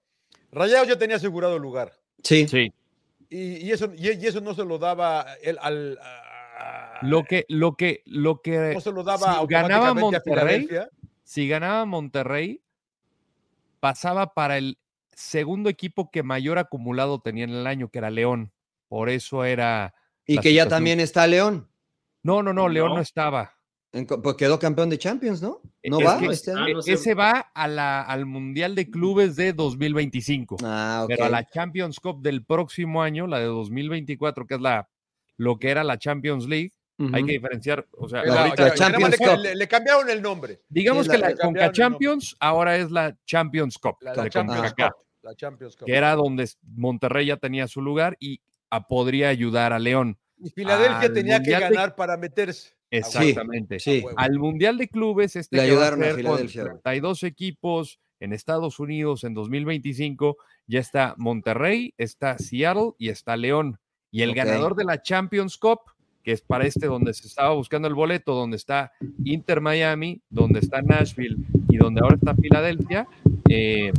Rayados ya tenía asegurado el lugar. sí. Sí. Y, y eso, y, y eso no se lo daba él al. a- Lo que, lo que, lo que. no se lo daba si ganaba automáticamente Monterrey, a Filadelfia. si ganaba Monterrey, pasaba para el segundo equipo que mayor acumulado tenía en el año, que era León. Por eso era. Y la que ya situación. también está León. No, no, no, León no No. estaba. en co- pues quedó campeón de Champions, ¿no? ¿No Es va? que- este año? Ah, E- no sé. Ese va a la- al Mundial de Clubes de 2025. Ah, ok. Pero a la Champions Cup del próximo año, la de 2024, que es la lo que era la Champions League, Ujú. hay que diferenciar. O sea, Pero- la pero nada Champions más le- Cup. Le, le cambiaron el nombre. digamos sí, que la- la le cambiaron Conca el Champions ahora es la Champions Cup. La, de la Champions CONCACAF. Cup. La Champions Cup. que era donde s- Monterrey ya tenía su lugar y a- podría ayudar a León. Y Filadelfia al tenía que Mundial de- ganar para meterse. Exactamente. Sí. Ah, Al Mundial de Clubes, este Le que va ayudaron a ser con Filadelfia, güey. 32 equipos en Estados Unidos en 2025, ya está Monterrey, está Seattle y está León. Y el Ok. ganador de la Champions Cup que es para este donde se estaba buscando el boleto, donde está Inter Miami, donde está Nashville y donde ahora está Filadelfia, eh,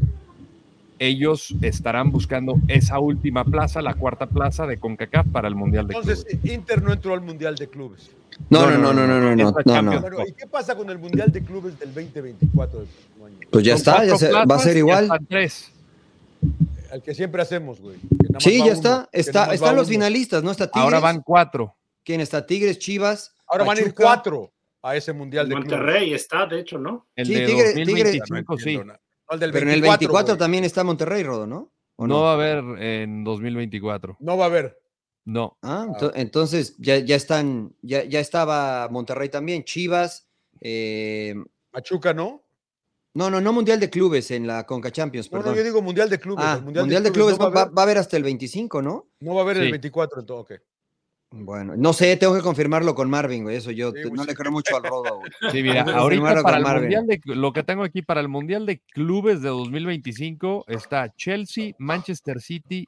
ellos estarán buscando esa última plaza, la cuarta plaza de CONCACAF para el Mundial de Entonces, Clubes. Inter no entró al Mundial de Clubes. No, no, no, no, no, no, no, Esta no, Champions no. Bueno, ¿y qué pasa con el Mundial de Clubes del 2024 del próximo este año? Pues ya Son está, ya cuatro se- va a plazas ser y igual. están tres. Al que siempre hacemos, güey. que nada más va Sí, ya uno, está. que nada está más va están los uno. finalistas, ¿no? Está Tigres. Ahora van cuatro. ¿Quién está? Tigres, Chivas. Ahora van a ir Pachuca. cuatro a ese Mundial de Clubes. Monterrey está, de hecho, ¿no? El Sí, de Tigre- 2025, No entiendo sí. nada. No, el del Pero en el 24 24 güey. también está Monterrey, Rodo, ¿no? ¿O No va a haber en 2024. No va a haber. No. Ah, ento- entonces ya, ya están, ya, ya estaba Monterrey también, Chivas, eh, Pachuca, ¿no? no, no, no Mundial de Clubes en la Conca Champions, No, perdón. no, yo digo Mundial de Clubes. ah, el Mundial, de Clubes no va, va, a haber, va a haber hasta el 25, ¿no? no va a haber el Sí. 24, entonces, ok. Bueno, no sé, tengo que confirmarlo con Marvin, güey, eso yo Sí, te- güey, no le creo mucho al Rodo. güey. Sí, mira, Vamos a ahorita confirmarlo para con el Marvin. mundial de, lo que tengo aquí para el mundial de clubes de 2025 está Chelsea, Manchester City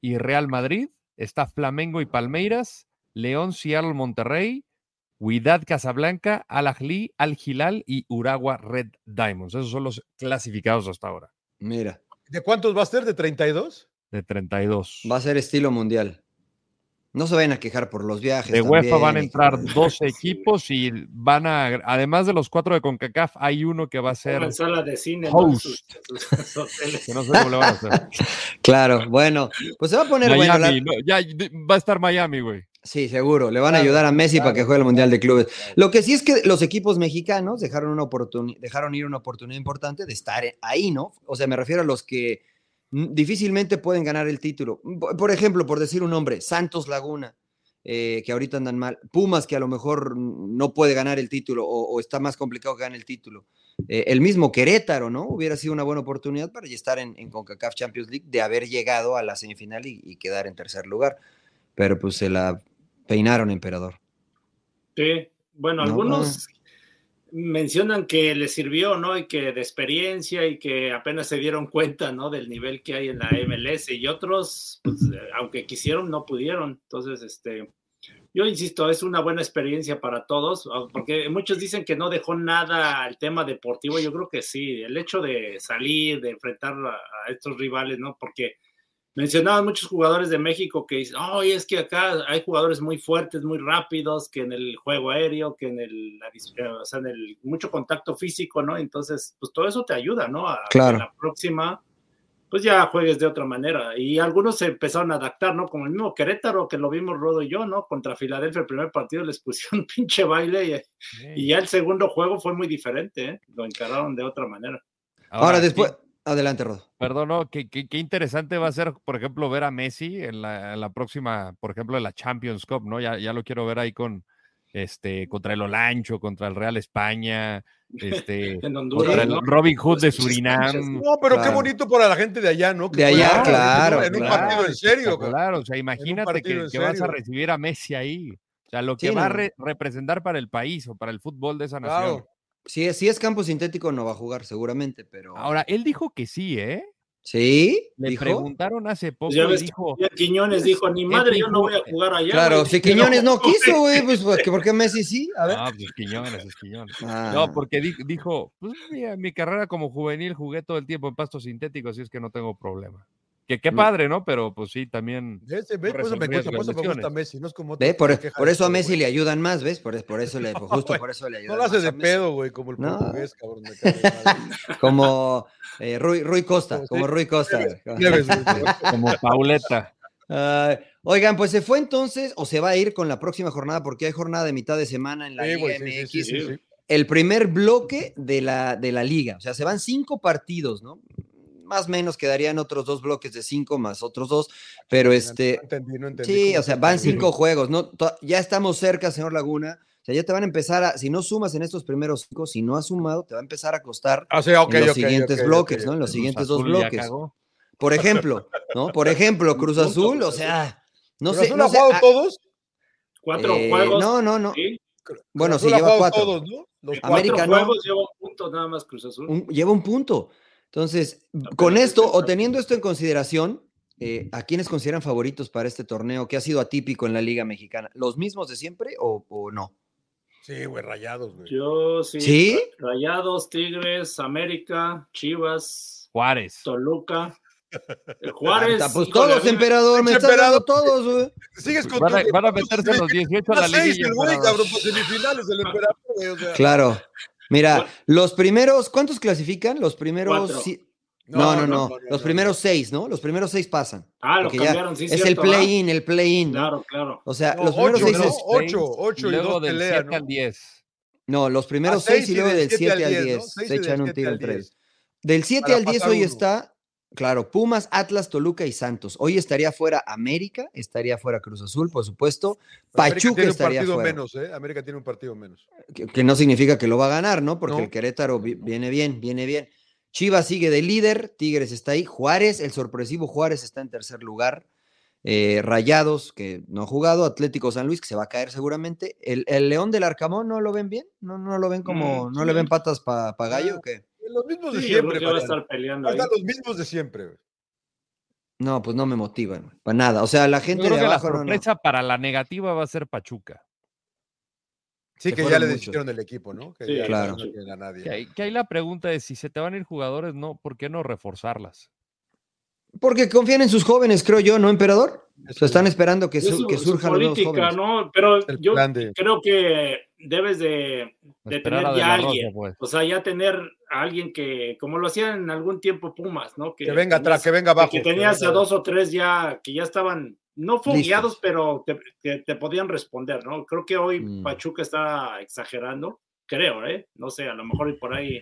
y Real Madrid, está Flamengo y Palmeiras, León, Seattle, Monterrey, Huidad, Casablanca, Al Ahly, Al Hilal y Uragua Red Diamonds. Esos son los clasificados hasta ahora Mira, ¿De cuántos va a ser? ¿De 32? de 32. va a ser estilo mundial. No se vayan a quejar por los viajes. De UEFA van a también, entrar hijo de- 12 equipos y van a, además de los cuatro de CONCACAF, hay uno que va a ser, En sala de cine. ¿no? host. Sus- sus hoteles. que no sé cómo le van a hacer. Claro, bueno, pues se va a poner bueno. la- Miami, no, ya de- va a estar Miami, güey. Sí, seguro. Le van a Claro, ayudar a Messi para claro, que juegue el Mundial de Clubes. claro. Lo que sí es que los equipos mexicanos dejaron, una oportuni- dejaron ir una oportunidad importante de estar e- ahí, ¿no? O sea, me refiero a los que mm, difícilmente pueden ganar el título. Por por ejemplo, por decir un nombre, Santos Laguna, eh, que ahorita andan mal. Pumas, que a lo mejor mm, no puede ganar el título o, o está más complicado que gane el título. Eh, el mismo Querétaro, ¿no? Hubiera sido una buena oportunidad para ya estar en, en CONCACAF Champions League de haber llegado a la semifinal y- y quedar en tercer lugar. Pero pues se la peinaron, emperador. Sí, bueno, No, algunos mencionan que les sirvió, ¿no? Y que de experiencia y que apenas se dieron cuenta, ¿no? Del nivel que hay en la MLS y otros, pues, eh, aunque quisieron, no pudieron. Entonces, este, yo insisto, es una buena experiencia para todos, ah, porque muchos dicen que no dejó nada al tema deportivo. Yo creo que sí, el hecho de salir, de enfrentar a, a estos rivales, ¿no? Porque Mencionaban muchos jugadores de México que dicen, "Ay, es que acá hay jugadores muy fuertes, muy rápidos, que en el juego aéreo, que en el, la dis- eh, o sea, en el mucho contacto físico, ¿no? Entonces, pues todo eso te ayuda, ¿no? A que Claro. la próxima, pues ya juegues de otra manera. Y algunos se empezaron a adaptar, ¿no? Como el mismo Querétaro, que lo vimos Rodo y yo, ¿no? Contra Filadelfia, el primer partido les pusieron pinche baile y, y ya el segundo juego fue muy diferente, ¿eh? Lo encararon de otra manera. Ahora, sí, después, adelante, Rodo. Perdón, no, qué, qué- qué interesante va a ser, por ejemplo, ver a Messi en la, en la próxima, por ejemplo, en la Champions Cup, ¿no? Ya, ya lo quiero ver ahí con este, contra el Olancho, contra el Real España, este, En Honduras, contra el ¿no? Robin Hood de Los pinches Surinam. pinches, Mm, No, pero qué Claro. bonito para la gente de allá, ¿no? De pueda- allá, en un- claro, En un claro. partido en serio. güey. Claro, o sea, imagínate partido que, en que vas a serio. recibir a Messi ahí. O sea, lo que Sí, va a no. re- representar para el país o para el fútbol de esa nación. Claro. Si es, si es campo sintético, no va a jugar seguramente, pero. Ahora, él dijo que sí, ¿eh? ¿Sí? Le ¿Dijo? Pues preguntaron hace poco ya y ves que dijo, Y el Quiñones dijo, ni madre, yo no voy a jugar allá. Claro, güey". si Quiñones no quiso, güey, pues ¿por qué- ¿por qué Messi sí? A ver. no, pues es Quiñones, es Quiñones. Ah, No, porque di- dijo, pues mira, mi carrera como juvenil jugué todo el tiempo en pasto sintético, así es que no tengo problema. Que qué Mm. padre, ¿no? Pero pues sí, también. De ese, pues, ¿ves? Por eso me Resolvías gusta, por las eso me gusta lesiones. Messi. No es como otros ve, que se por, e, quejan por de eso a todo, Messi güey. le ayudan más, ¿ves? Por, por eso le, justo güey, por eso le ayudan No lo hace más a de Messi. pedo, güey, como el No. portugués, cabrón. me cae de madre. Como eh, Rui, Rui Costa, Sí. como Rui Costa. güey. Nieves, güey. Como Pauleta. Ah, oigan, pues se fue entonces o se va a ir con la próxima jornada porque hay jornada de mitad de semana en la Sí, Liga güey, MX. sí, sí, sí, sí, sí. el primer bloque de la, de la liga. O sea, se van cinco partidos, ¿no? Más o menos quedarían otros dos bloques de cinco más otros dos, pero este, No entendí, no entendí. sí, cómo o sea, se van llama. cinco juegos, ¿no? To- Ya estamos cerca, señor Laguna. O sea, ya te van a empezar a, si no sumas en estos primeros cinco, si no has sumado, te va a empezar a costar Ah, sí, ok, en los ok, siguientes ok, ok. bloques, ¿no? En los Cruz siguientes dos Azul ya bloques. cagó. Por ejemplo, ¿no? Por ejemplo, Cruz Punto, Azul, o Cruz sea, no Cruz sé. Azul no ha sé, jugado ah, todos? Cuatro eh, juegos. No, no, no. sí, Bueno, Cruz Azul sí, ha lleva jugado cuatro. todos, ¿no? Los cuatro. América cuatro no. juegos lleva un punto nada más Cruz Azul. un- lleva un punto. Entonces, con esto o teniendo esto en consideración, eh, ¿a quiénes consideran favoritos para este torneo que ha sido atípico en la Liga Mexicana? ¿Los mismos de siempre o, o no? Sí, güey, rayados, güey. Yo sí. ¿Sí? Rayados, Tigres, América, Chivas, Juárez. Toluca. Eh, Juárez. Ah, pues híjole, a todos, mí me- emperador, me estás Emperador. dando todos, güey. Sigues con Pues, Van a, tu- van a meterse los 18 a la Seis, liguilla. el güey, emperador. cabrón, por semifinales del emperador, güey, o sea. Claro. Mira, Bueno. los primeros, ¿cuántos clasifican? Los primeros. Cuatro. si- No, no, no. Los primeros seis, ¿no? Los primeros seis pasan. Ah, lo Porque ya cambiaron, sí, es el cierto, ¿ah? play-in, el play-in. ¿no? Claro, claro. O sea, No, los primeros ocho, seis ¿no? es- Ocho, ocho y luego dos del pelea, 7 ¿no? al 10. No, los primeros Ah, seis y seis luego del 7 al 10, ¿no? 10. Seis Se y del echan un 7 tiro al entre 10. ellos. Del 7 Para al 10 pasar hoy uno. está, claro, Pumas, Atlas, Toluca y Santos. Hoy estaría fuera América, estaría fuera Cruz Azul, por supuesto. América Pachuca tiene un estaría partido fuera. menos, ¿eh? América tiene un partido menos. Que, que no significa que lo va a ganar, ¿no? Porque No. el Querétaro vi- viene bien, viene bien. Chivas sigue de líder, Tigres está ahí, Juárez, el sorpresivo Juárez está en tercer lugar. eh, Rayados, que no ha jugado, Atlético San Luis, que se va a caer seguramente. El, el León del Arcamón, ¿no lo ven bien? ¿No, no lo ven como, Mm, no le sí. ven patas para Ah, gallo? o qué? Los mismos de Sí, yo creo siempre, que va a Mariano. estar peleando Van a ahí. estar los mismos de siempre. güey. No, pues no me motivan, para nada. O sea, la Yo gente creo de que la abajo no, no. sorpresa para la negativa va a ser Pachuca. Sí, Se que ya fueron le muchos. desistieron del equipo, ¿no? Que Sí, ya claro. no tienen a nadie. Que ahí, que ahí la pregunta es, si se te van a ir jugadores, no, ¿por qué no reforzarlas? Porque confían en sus jóvenes, creo yo, ¿no, emperador? O sea, están esperando que, Es su- su- que su surjan los nuevos política, jóvenes. ¿no? Pero El yo plan de... creo que debes de, de Esperar tener a De ya La Rosa, alguien. pues. O sea, ya tener a alguien que, como lo hacían en algún tiempo Pumas, ¿no? Que venga atrás, tenías- que venga que abajo. tenías venga a dos o tres ya que ya estaban, no fogueados, pero te, que te podían responder, ¿no? Creo que hoy Mm. Pachuca está exagerando, creo, ¿eh? No sé, a lo mejor y por ahí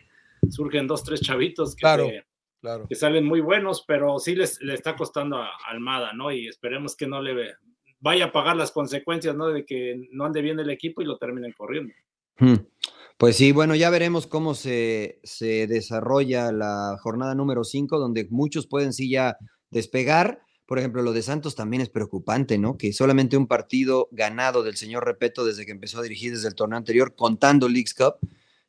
surgen dos, tres chavitos que, Claro. te- Claro. que salen muy buenos, pero sí les, le está costando a Almada, ¿no? Y esperemos que no le ve- vaya a pagar las consecuencias, ¿no? De que no ande bien el equipo y lo terminen corriendo. Hmm. Pues sí, bueno, ya veremos cómo se, se desarrolla la jornada número 5, donde muchos pueden sí ya despegar. Por ejemplo, lo de Santos también es preocupante, ¿no? Que solamente un partido ganado del señor Repeto desde que empezó a dirigir desde el torneo anterior, contando Leagues Cup.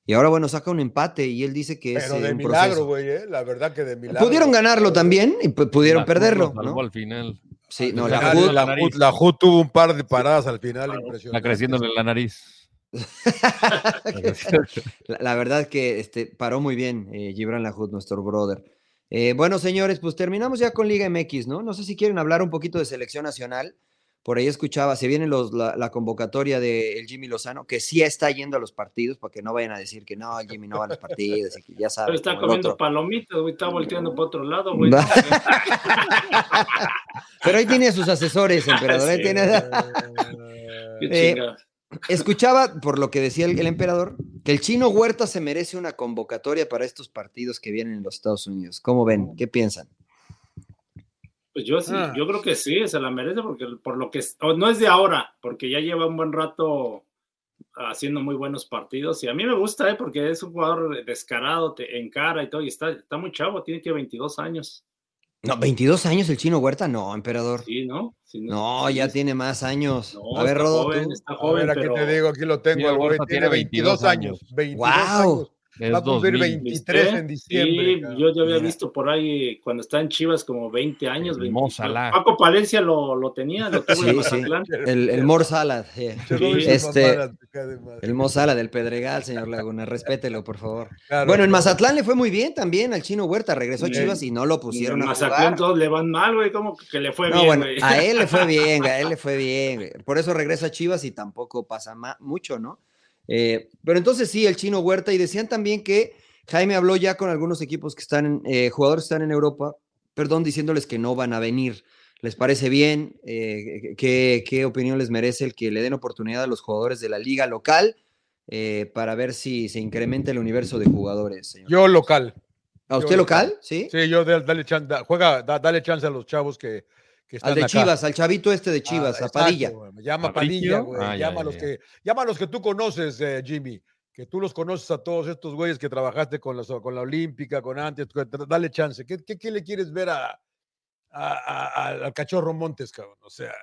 Y ahora, bueno, saca un empate y él dice que Pero es eh, de un milagro, proceso. güey, ¿eh? La verdad que de milagro. Pudieron ganarlo también y pu- pudieron La Cruz lo perderlo, salvó ¿no? al final, Sí, no, la, la Ju- Hood, la, nariz. Ju- la Ju tuvo un par de paradas al final impresionante. la creciéndole en la nariz. La, la verdad que este, paró muy bien eh, Gibran Lahoud, nuestro brother. Eh, bueno, señores, pues terminamos ya con Liga MX, ¿no? No sé si quieren hablar un poquito de selección nacional. Por ahí escuchaba, se viene los- la, la convocatoria del Jimmy Lozano, que sí está yendo a los partidos, para que no vayan a decir que no, el Jimmy no va a los partidos, y que ya Pero sabe. está como el comiendo otro. Eh, palomitas, güey, está volteando para otro lado, güey. Pero ahí tiene a sus asesores, emperador. Ah, ahí Sí, tiene- Qué Eh, chingada. Escuchaba, por lo que decía el, el emperador, que el chino Huerta se merece una convocatoria para estos partidos que vienen en los Estados Unidos. ¿Cómo ven? ¿Qué piensan? Pues yo sí, Ah. yo creo que sí, se la merece porque por lo que es- o no es de ahora, porque ya lleva un buen rato haciendo muy buenos partidos y a mí me gusta, ¿eh? porque es un jugador descarado, te encara y todo, y está, está muy chavo, tiene que 22 años, No, 22 años el chino Huerta, no, emperador. ¿sí? ¿No? Si No, ya sí, tiene más años. no, a ver, está Rodo, joven, este tú. está A ver, joven, aquí pero te digo, aquí lo tengo, Mira, el güey. Huerta Tiene tiene 22 años. 22 años. ¡Wow! Es Va a cumplir 2000. 23 en diciembre, sí, cabrón. yo ya había Mira. visto por ahí cuando está en Chivas como 20 años, Pues Mo 25. Salah. Paco Palencia lo, lo tenía, lo tuvo en Sí, sí. Mazatlán. El, el Mor Salad. eh. Yo no vi esas Este, mamadas, hija de madre. El Mor Salad del Pedregal, señor Laguna. Respételo, por favor. Claro. Bueno, en Mazatlán le fue muy bien también al chino Huerta. Regresó a Sí. Chivas y no lo pusieron En a Mazatlán jugar. todos le van mal, güey, como que le fue No, bien, bueno, güey. a él le fue bien, a él le fue bien. güey. Por eso regresa a Chivas y tampoco pasa ma- mucho, ¿no? Eh, pero entonces sí, el chino Huerta. Y decían también que Jaime habló ya con algunos equipos que están, en- eh, jugadores que están en Europa, perdón, diciéndoles que no van a venir. ¿Les parece bien? Eh, ¿qué, qué opinión les merece el que le den oportunidad a los jugadores de la liga local eh, para ver si se incrementa el universo de jugadores? señor? Yo local. ¿A usted yo local? local. ¿Sí? Sí, yo de- dale chance, da- juega, da- dale chance a los chavos que, que están Al de acá. Chivas, al chavito este de Chivas, Ah, a Padilla. exacto, güey. Llama a ¿A Padilla, Vigio? güey. Ah, ya, llama, a ya, los ya. Que, llama a los que tú conoces, eh, Jimmy. Que tú los conoces a todos estos güeyes que trabajaste con, los- con la Olímpica, con antes. que- Dale chance. ¿Qué, qué- qué le quieres ver a, a- a- a- al cachorro Montes, cabrón? O sea,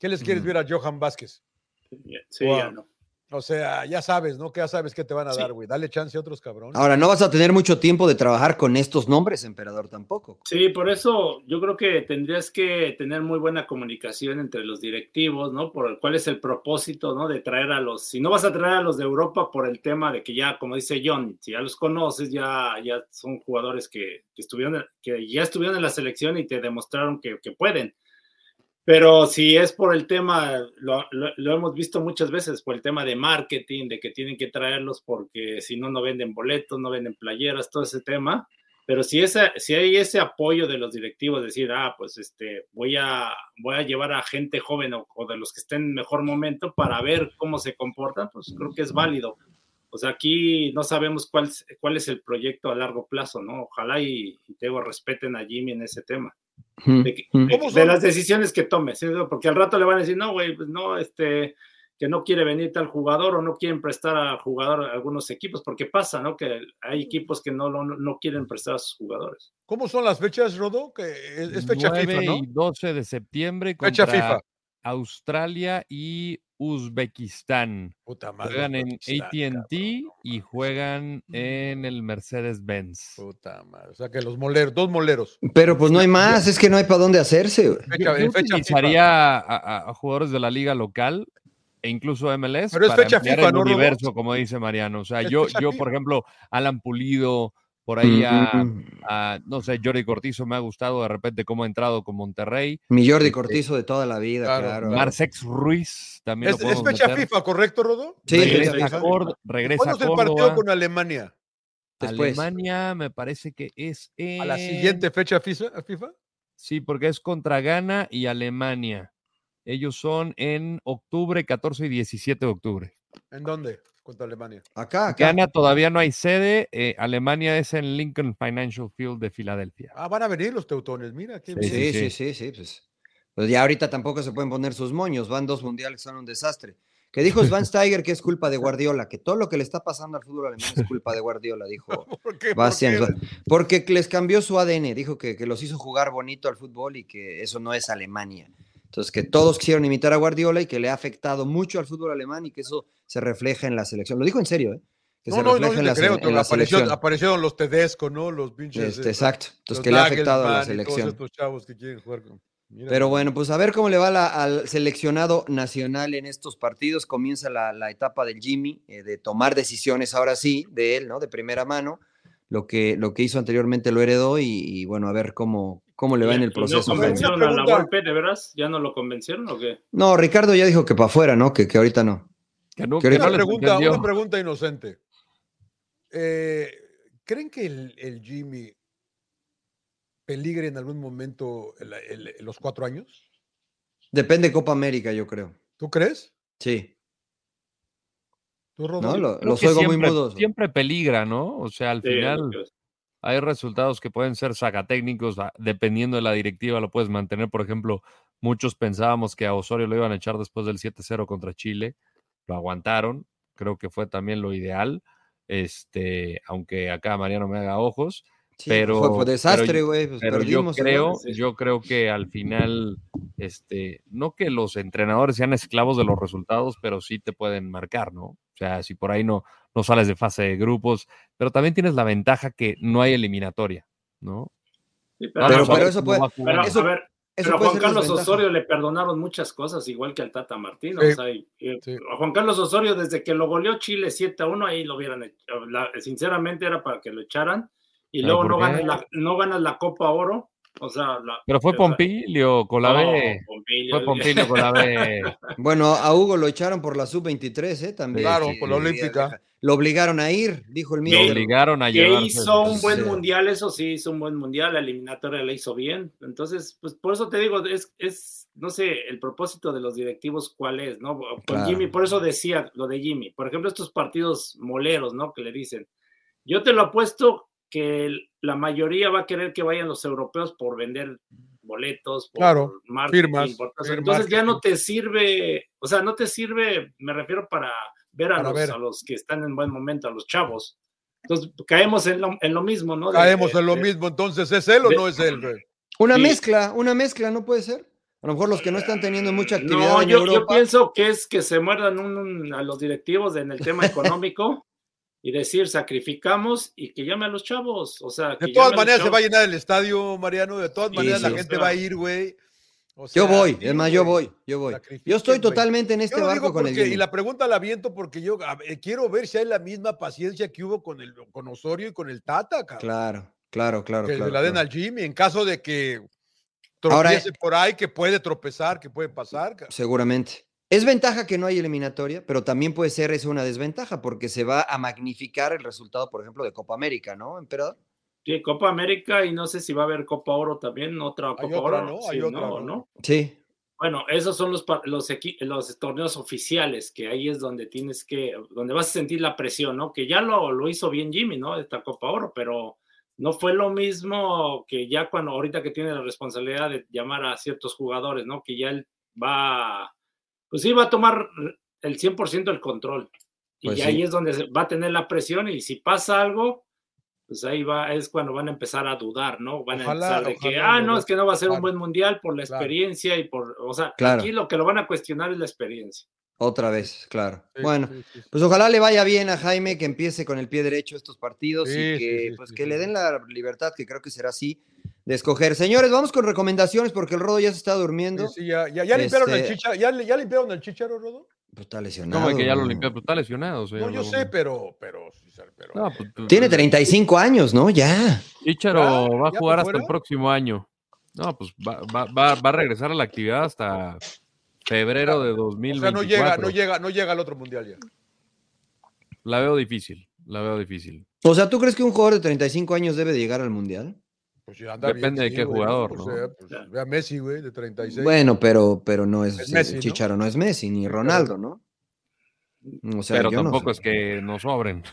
¿qué les quieres Ujú. ver a Johan Vázquez? Sí, Wow. ya no. O sea, ya sabes, ¿no? Que ya sabes que te van a dar, güey. Dale chance a otros cabrones. Ahora, no vas a tener mucho tiempo de trabajar con estos nombres, emperador, tampoco. Sí, por eso yo creo que tendrías que tener muy buena comunicación entre los directivos, ¿no? Por el, cuál es el propósito, ¿no? De traer a los, si no vas a traer a los de Europa por el tema de que ya, como dice John, si ya los conoces, ya, ya son jugadores que, que estuvieron, que ya estuvieron en la selección y te demostraron que, que pueden. Pero si es por el tema, lo, lo, lo, hemos visto muchas veces, por el tema de marketing, de que tienen que traerlos porque si no, no venden boletos, no venden playeras, todo ese tema. Pero si, esa, si hay ese apoyo de los directivos, decir, ah, pues este, voy, a, voy a llevar a gente joven o, o de los que estén en mejor momento para ver cómo se comportan, pues creo que es válido. O sea, aquí no sabemos cuál, cuál es el proyecto a largo plazo, ¿no? Ojalá y, y te digo, respeten a Jimmy en ese tema. De, que, de, de, las decisiones que tome, ¿sí? porque al rato le van a decir, no, güey, pues no, este, que no quiere venir tal jugador o no quieren prestar al jugador a algunos equipos, porque pasa, ¿no? Que hay equipos que no, no, no quieren prestar a sus jugadores. ¿Cómo son las fechas, Rodo? Que es, es fecha 9 FIFA, ¿no? y 12 de septiembre contra fecha FIFA. Australia y Uzbekistán. Puta madre. Juegan en Uzbekistán, ATT cabrón. y juegan en el Mercedes-Benz. Puta madre. O sea, que los moleros, dos moleros. Pero pues no hay más, es que no hay para dónde hacerse. güey. Yo, Fecha, yo fecha utilizaría FIFA. a, a- a jugadores de la liga local e incluso MLS Pero es para fecha ampliar FIFA, el ¿no, Rodo? universo, como dice Mariano. O sea, Es yo, fecha yo, FIFA. por ejemplo, Alan Pulido, por ahí a, Mm, a, no sé, Jordi Cortizo me ha gustado de repente cómo ha entrado con Monterrey. Mi Jordi Este, Cortizo de toda la vida, Claro, claro. claro. Marcex Ruiz también Es, lo es podemos fecha meter. FIFA, ¿correcto, Rodo? Sí, regresa fecha a Córdoba, regresa ¿Cuándo a es el partido Córdoba. con Alemania? Después. Alemania me parece que es en... ¿A la siguiente fecha FIFA? FIFA? Sí, porque es contra Ghana y Alemania. Ellos son en octubre, 14 y 17 de octubre. ¿En dónde? Contra Alemania. Acá, acá. Ghana todavía no hay sede. eh, Alemania es en Lincoln Financial Field de Filadelfia. Ah, van a venir los teutones, mira. qué Sí, bien. sí, sí, sí, sí, pues. Pues ya ahorita tampoco se pueden poner sus moños, van dos mundiales, son un desastre. Que dijo Svan Steiger que es culpa de Guardiola, que todo lo que le está pasando al fútbol alemán es culpa de Guardiola, dijo ¿Por qué? ¿Por Bastian. qué? Schwar- Porque les cambió su ADN, dijo que, que los hizo jugar bonito al fútbol y que eso no es Alemania. Entonces, que todos quisieron imitar a Guardiola y que le ha afectado mucho al fútbol alemán y que eso se refleja en la selección. Lo dijo en serio, ¿eh? Que No, se no, no, refleja yo en la, te creo. sele- en te- la apareció- selección. aparecieron los Tedesco, ¿no? Los pinches. Este, estos, exacto. Entonces, los que le ha afectado a la Nagelsmann y selección. Todos estos chavos que quieren jugar con. Mira. Pero bueno, pues a ver cómo le va la- al seleccionado nacional en estos partidos. Comienza la, la etapa del Jimmy, eh, de tomar decisiones ahora sí, de él, ¿no? De primera mano. Lo que, lo que hizo anteriormente lo heredó y, y bueno, a ver cómo, cómo le va en el Y pues no proceso. Jaime. convencieron Una a la pregunta. Volpe, de veras? ¿Ya no lo convencieron o qué? No, Ricardo ya dijo que para afuera, ¿no? Que, que ahorita no. Que no, Que que ahorita no Una les pregunta, entendió. una pregunta inocente. Eh, ¿Creen que el, el Jimmy peligre en algún momento el- el- los cuatro años? Depende de Copa América, yo creo. ¿Tú crees? Sí. ¿Tú, Rodo? ¿No? Lo- Creo los que oigo muy siempre- mudos. Siempre peligra, ¿no? O sea, al Sí, final. pues, hay resultados que pueden ser sacatécnicos, a- dependiendo de la directiva, lo puedes mantener. Por ejemplo, muchos pensábamos que a Osorio lo iban a echar después del 7-0 contra Chile, lo aguantaron, creo que fue también lo ideal, este, aunque acá Mariano me haga ojos, Sí, pero- fue, fue pero desastre, yo- güey. pues pero yo perdimos. creo, sí. yo creo que al final, este, no que los entrenadores sean esclavos de los resultados, pero sí te pueden marcar, ¿no? O sea, si por ahí no, no sales de fase de grupos, pero también tienes la ventaja que no hay eliminatoria, ¿no? sí, pero, Pero- Vamos a Ah, pero ver eso cómo puede- va a jugar. pero, eso- a ver, Eso pero a puede Juan ser Carlos desventaja. Osorio le perdonaron muchas cosas, igual que al Tata Martino. Sí. o sea, y- y Sí. a Juan Carlos Osorio, desde que lo goleó Chile 7 a 1, ahí lo hubieran hecho. La- sinceramente era para que lo echaran. Y Ah, ¿Pero luego por no qué? ganas, la, no ganas la Copa Oro. O sea, la, Pero fue o sea, Pompilio con la no, B. Pompilio, Fue Pompilio con la B. Bueno, a Hugo lo echaron por la sub-23, ¿eh? También. Claro, Sí, por la olímpica. Lo obligaron a ir, dijo el Lo Lo míster. obligaron a que llevarse. hizo un buen Sí. mundial, eso sí, hizo un buen mundial, la eliminatoria la hizo bien. Entonces, pues por eso te digo, es, es no sé, el propósito de los directivos cuál es, ¿no? Con Claro. Jimmy, por eso decía lo de Jimmy. Por ejemplo, estos partidos moleros, ¿no? Que le dicen, yo te lo apuesto que el- la mayoría va a querer que vayan los europeos por vender boletos, por Claro, marketing, firmas, por todo eso. firmas, Entonces ya no te sirve, o sea, no te sirve, me refiero para ver a, Para los, ver. a los que están en buen momento, a los chavos. Entonces caemos en lo, en lo mismo, ¿no? De- Caemos en lo de- mismo, entonces, ¿es él o de- no es él, güey? Una Sí. mezcla, una mezcla, ¿no puede ser? A lo mejor los que no están teniendo mucha actividad No, en yo, yo Europa. pienso que es que se muerdan un- un- a los directivos en el tema económico y decir sacrificamos y que llame a los chavos. O sea, De que llame todas los maneras se chavos. va a llenar el estadio, Mariano. De todas Sí, maneras sí. la gente va a ir, güey. O Yo sea, voy, sí, es más, yo güey. voy, yo voy. Sacrifiquen, Yo estoy güey. totalmente en Yo este lo barco digo con el porque, y Jimmy. la pregunta la aviento porque yo a ver, quiero ver si hay la misma paciencia que hubo con, el, con Osorio y con el Tata, cabrón. Claro, claro, claro, que claro. la den claro. al Jimmy en caso de que Ahora- tropiece por ahí, que puede tropezar, que puede pasar. cabrón. Seguramente. Es ventaja que no hay eliminatoria, pero también puede ser eso una desventaja porque se va a magnificar el resultado, por ejemplo, de Copa América, ¿no, emperador? Sí, Copa América y no sé si va a haber Copa Oro también, otra Copa otra, Oro. ¿no? sí, Hay otra, ¿no? ¿no? ¿no? Sí, Bueno, esos son los, pa- los, equi- los torneos oficiales, que ahí es donde tienes que, donde vas a sentir la presión, ¿no? Que ya lo, lo hizo bien Jimmy, ¿no? Esta Copa Oro, pero no fue lo mismo que ya cuando, ahorita que tiene la responsabilidad de llamar a ciertos jugadores, ¿no? Que ya él va, pues sí, va a tomar el 100% el control. Y Pues ya sí. ahí es donde se- va a tener la presión y si pasa algo, pues ahí va, es cuando van a empezar a dudar, ¿no? Van Ojalá- a empezar de que, ojalá ah, lo no, vea- es que no va a ser un Claro. buen mundial por la Claro. experiencia y por, o sea, Claro. aquí lo que lo van a cuestionar es la experiencia. otra vez, claro. Sí, bueno, sí, sí, sí. pues ojalá le vaya bien a Jaime, que empiece con el pie derecho estos partidos Sí, y sí, que, sí, pues, sí, que sí. le den la libertad, que creo que será así, de escoger. Señores, vamos con recomendaciones porque el rodo ya se está durmiendo. Sí, sí, ya, ya- ya limpiaron el Este- chicharo, ya, li- ya limpiaron el chicharo, Rodo. Pues está lesionado. Como que ya lo ¿no? limpió, pero está lesionado. o sea, No, yo no- sé, pero, pero, sí, pero- No, pues, tú- Tiene 35 años, ¿no? Ya. Chícharo Ah, va a ¿ya jugar por hasta el fuera? próximo año. No, pues va, va- va- va a regresar a la actividad hasta febrero de o 2024. sea, no llega, no llega, no llega al otro mundial ya. La veo difícil, la veo difícil. O sea, ¿tú crees que un jugador de 35 años debe de llegar al Mundial? Pues si anda bien, Depende de sí, qué güey, jugador, O ¿no? sea, pues, ve a Messi, güey, de 36. Bueno, pero, pero no es, Es sí, Messi, ¿no? Chicharo, ¿no? es Messi, ni Ronaldo, ¿no? O sea, pero yo no tampoco es sé. que nos sobren.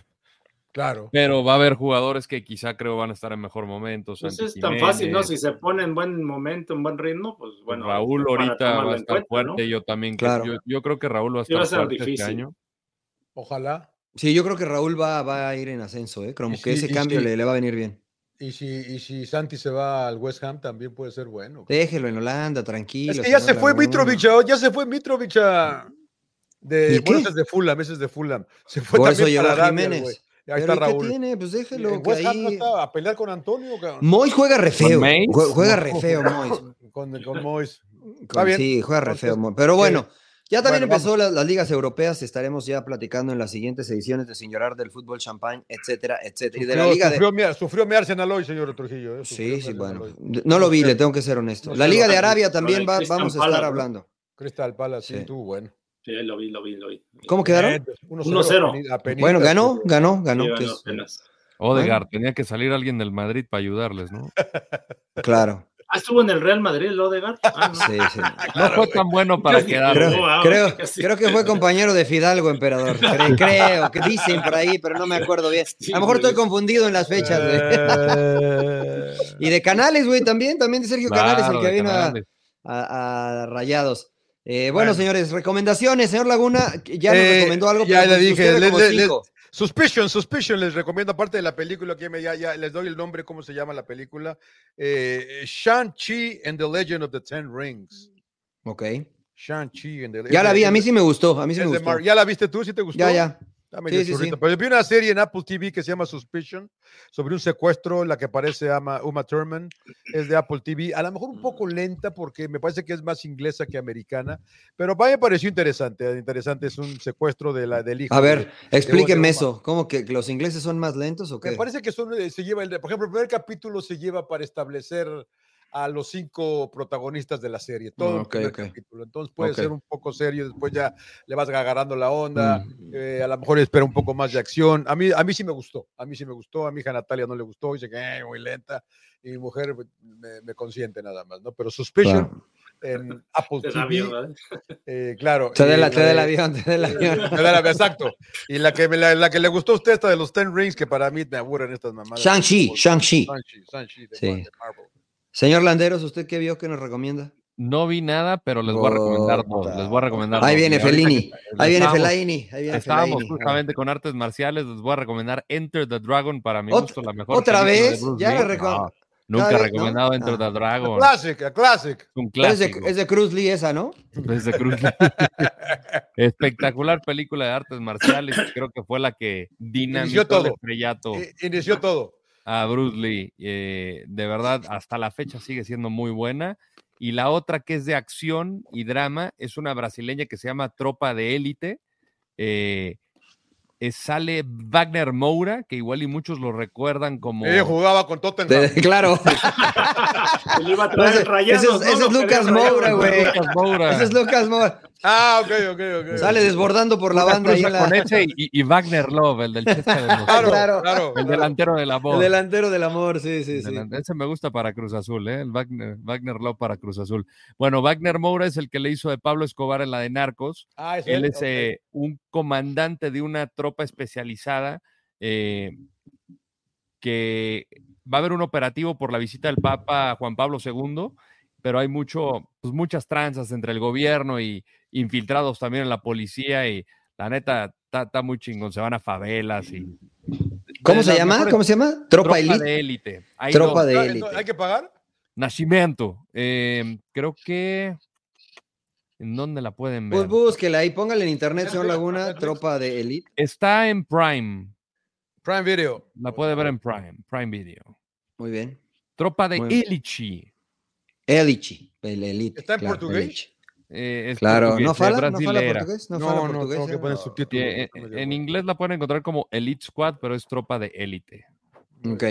claro. Pero va a haber jugadores que quizá creo van a estar en mejor momento. Pues Santi es tan fácil, ¿no? Jiménez, Si se pone en buen momento, en buen ritmo, pues bueno. Raúl para ahorita tomarlo va a en estar cuenta, ¿no? fuerte, yo también. que- Claro. Yo, yo creo que Raúl va a Sí, va estar a ser fuerte este difícil. año. Ojalá. Sí, yo creo que Raúl va, va a ir en ascenso, ¿eh? Como Y que sí, ese y cambio sí. le, le va a venir bien. Y si, y si Santi se va al West Ham, también puede ser bueno. Déjelo en Holanda, tranquilo. Es que ya se señor fue Laguna. Mitrovic, oh, ya se fue Mitrovic a... ¿Y De, bueno, qué? ese es de Fulham, ese es de Fulham. Se fue Por eso también llevó para a Arabia, el Jiménez. güey. Ahí está Pero ¿y qué Raúl. tiene? Pues En déjelo. Que West Ham no ahí... está a pelear con Antonio, cabrón. Mois juega re feo. Mace? Jue- Juega No. re feo, Mois. Con, con Mois. Con- bien. Sí, juega re Entonces, eh, feo, Mois. Pero bueno, ya también Bueno, empezó la- las ligas europeas. Estaremos ya platicando en las siguientes ediciones de Sin Llorar del Fútbol Champagne, etcétera, etcétera. Y de la Sufrió- liga de. sufrió, mi, sufrió mi Arsenal hoy, señor Trujillo. eh, sufrió Sí, mi sí, Arsenal bueno. hoy. No lo vi, sé. le tengo que ser honesto. No La sé, Liga lo de que- Arabia lo también de va- Crystal vamos a Palace, estar ¿no? hablando. Crystal Palace, sí, Sí. estuvo bueno. Sí, lo vi, lo vi, lo vi. ¿Cómo quedaron? Bien, 1-0. apeni- apenitas, Bueno, ganó, pero- ganó, ganó. Sí, que ganó es- apenas. Odegaard, tenía que salir alguien del Madrid para ayudarles, ¿no? Claro, Ah, estuvo en el Real Madrid, el Odegaard. Ah, no. sí, sí. no fue tan bueno para quedar. Creo, Oh, wow, creo- casi. creo que fue compañero de Fidalgo, emperador. Cre- Creo que dicen por ahí, pero no me acuerdo bien. Sí, A lo mejor güey. estoy confundido en las fechas, güey. Eh, Y de Canales, güey, también, también de Sergio Canales, el Claro, que de vino a, Canales. a- a Rayados. Eh, bueno, Bueno. señores, recomendaciones. Señor Laguna, ya nos Eh, recomendó algo. ya pero le pues dije, usted ve le- como le- le- cinco. Suspicion, Suspicion, les recomiendo, aparte de la película que me- ya, ya les doy el nombre, cómo se llama la película. Eh, Shang-Chi and the Legend of the Ten Rings. Ok. Shang-Chi and the Ya la vi, a mí sí me gustó. A mí sí me es de gustó. Mar- ¿Ya la viste tú? ¿Sí te gustó? Ya, ya. Está medio Sí, sí, sí. churrito, Pero vi una serie en Apple TV que se llama Suspicion sobre un secuestro, la que aparece Ama- Uma Thurman, es de Apple TV, a lo mejor un poco lenta porque me parece que es más inglesa que americana, pero a mí me pareció interesante, interesante es un secuestro de la del hijo. A de- ver, explíqueme Roma. eso. ¿Cómo que los ingleses son más lentos o qué? me parece que son, eh, se lleva, el, por ejemplo, el primer capítulo se lleva para establecer a los cinco protagonistas de la serie, todo el Mm, ok, primer ok. capítulo. Entonces puede Ok. ser un poco serio, después ya le vas agarrando la onda, Mm. eh, a lo mejor espera un poco más de acción. A mí, a mí sí me gustó, a mí sí me gustó, a mi hija Natalia no le gustó, dice que "Eh, muy lenta, y mi mujer pues, me, me consiente nada más, ¿no? Pero Suspicion Claro. en Apple Te da miedo, TV, ¿verdad? eh, claro. Te da eh, la- te da el eh, avión, te da el avión. me da la- Exacto. Y la que, me- la, la que le gustó a usted, esta de los Ten Rings, que para mí me aburren estas mamadas. Shang-Chi, Shang-Chi. Shang-Chi, Shang-Chi de Sí. Mar- de Marvel. Señor Landeros, ¿usted qué vio que nos recomienda? No vi nada, pero les voy a recomendar dos. Puta. Les voy a recomendar Ahí dos. viene Y ahorita Fellini, que- ahí viene estábamos- Fellaini, ahí viene Estábamos Fellaini. justamente con artes marciales. Les voy a recomendar Enter the Dragon para mi Ot- gusto, la mejor. ¿Otra película de vez? Bruce Ya Lee. la Ah, reco- Nunca Cada vez, recomendado ¿no? Enter the Dragon. Classic, a classic. Un Pero Es de, clásico. es de Cruz Lee esa, ¿no? Desde Cruz Lee. Espectacular película de artes marciales. que Creo que fue la que Inició dinamitó todo. el estrellato Eh, I- Inició todo. a Bruce Lee. Eh, de verdad, hasta la fecha sigue siendo muy buena. Y la otra que es de acción y drama es una brasileña que se llama Tropa de Élite. Eh, eh, sale Wagner Moura, que igual y muchos lo Eh, recuerdan como... Ella jugaba con Tottenham. claro. Que le iba a traer Ese, rayados, ese es, ¿no? ese es Lo que Lucas le rayaron, Moura, güey. Lucas Moura. Ese es Lucas Moura. Ah, ok, ok, ok. Sale desbordando por la Una banda ahí cruza en la- con ese y, y Wagner Love, el del Chesca de Moscú. Claro, Claro. claro. El delantero de la voz. El delantero del amor, sí, sí, sí. Delan- Ese me gusta para Cruz Azul, ¿eh? El Wagner, Wagner Love para Cruz Azul. Bueno, Wagner Moura es el que le hizo de Pablo Escobar en la de Narcos. Ah, es Él es ok. eh, un comandante de una tropa especializada eh, que va a haber un operativo por la visita del Papa Juan Pablo II, pero hay mucho, pues muchas tranzas entre el gobierno y infiltrados también en la policía y la neta está está muy chingón, se van a favelas y... ¿Cómo de se las llama? mejores- ¿Cómo se llama? Tropa Elite. de élite. Ahí Tropa lo- de Ah, élite. entonces, ¿Hay que pagar? Nacimiento. eh, creo que... ¿En dónde la pueden ver? Pues búsquela ahí, póngale en internet, Es señor de la- Laguna, Netflix. Tropa de Elite. Está en Prime. Prime Video. La puede ver en Prime, Prime Video. Muy bien. Tropa de Bueno. Illichi. Elichi, el Elite. ¿Está en portugués? Elichi. eh, es Claro, portugués, ¿no eh, fala? ¿No fala brasilera. portugués? No, fala portugués. tengo que eh? poner subtítulos. Eh, eh, No me dio en cuenta. inglés la pueden encontrar como Elite Squad, pero es tropa de élite. Ok.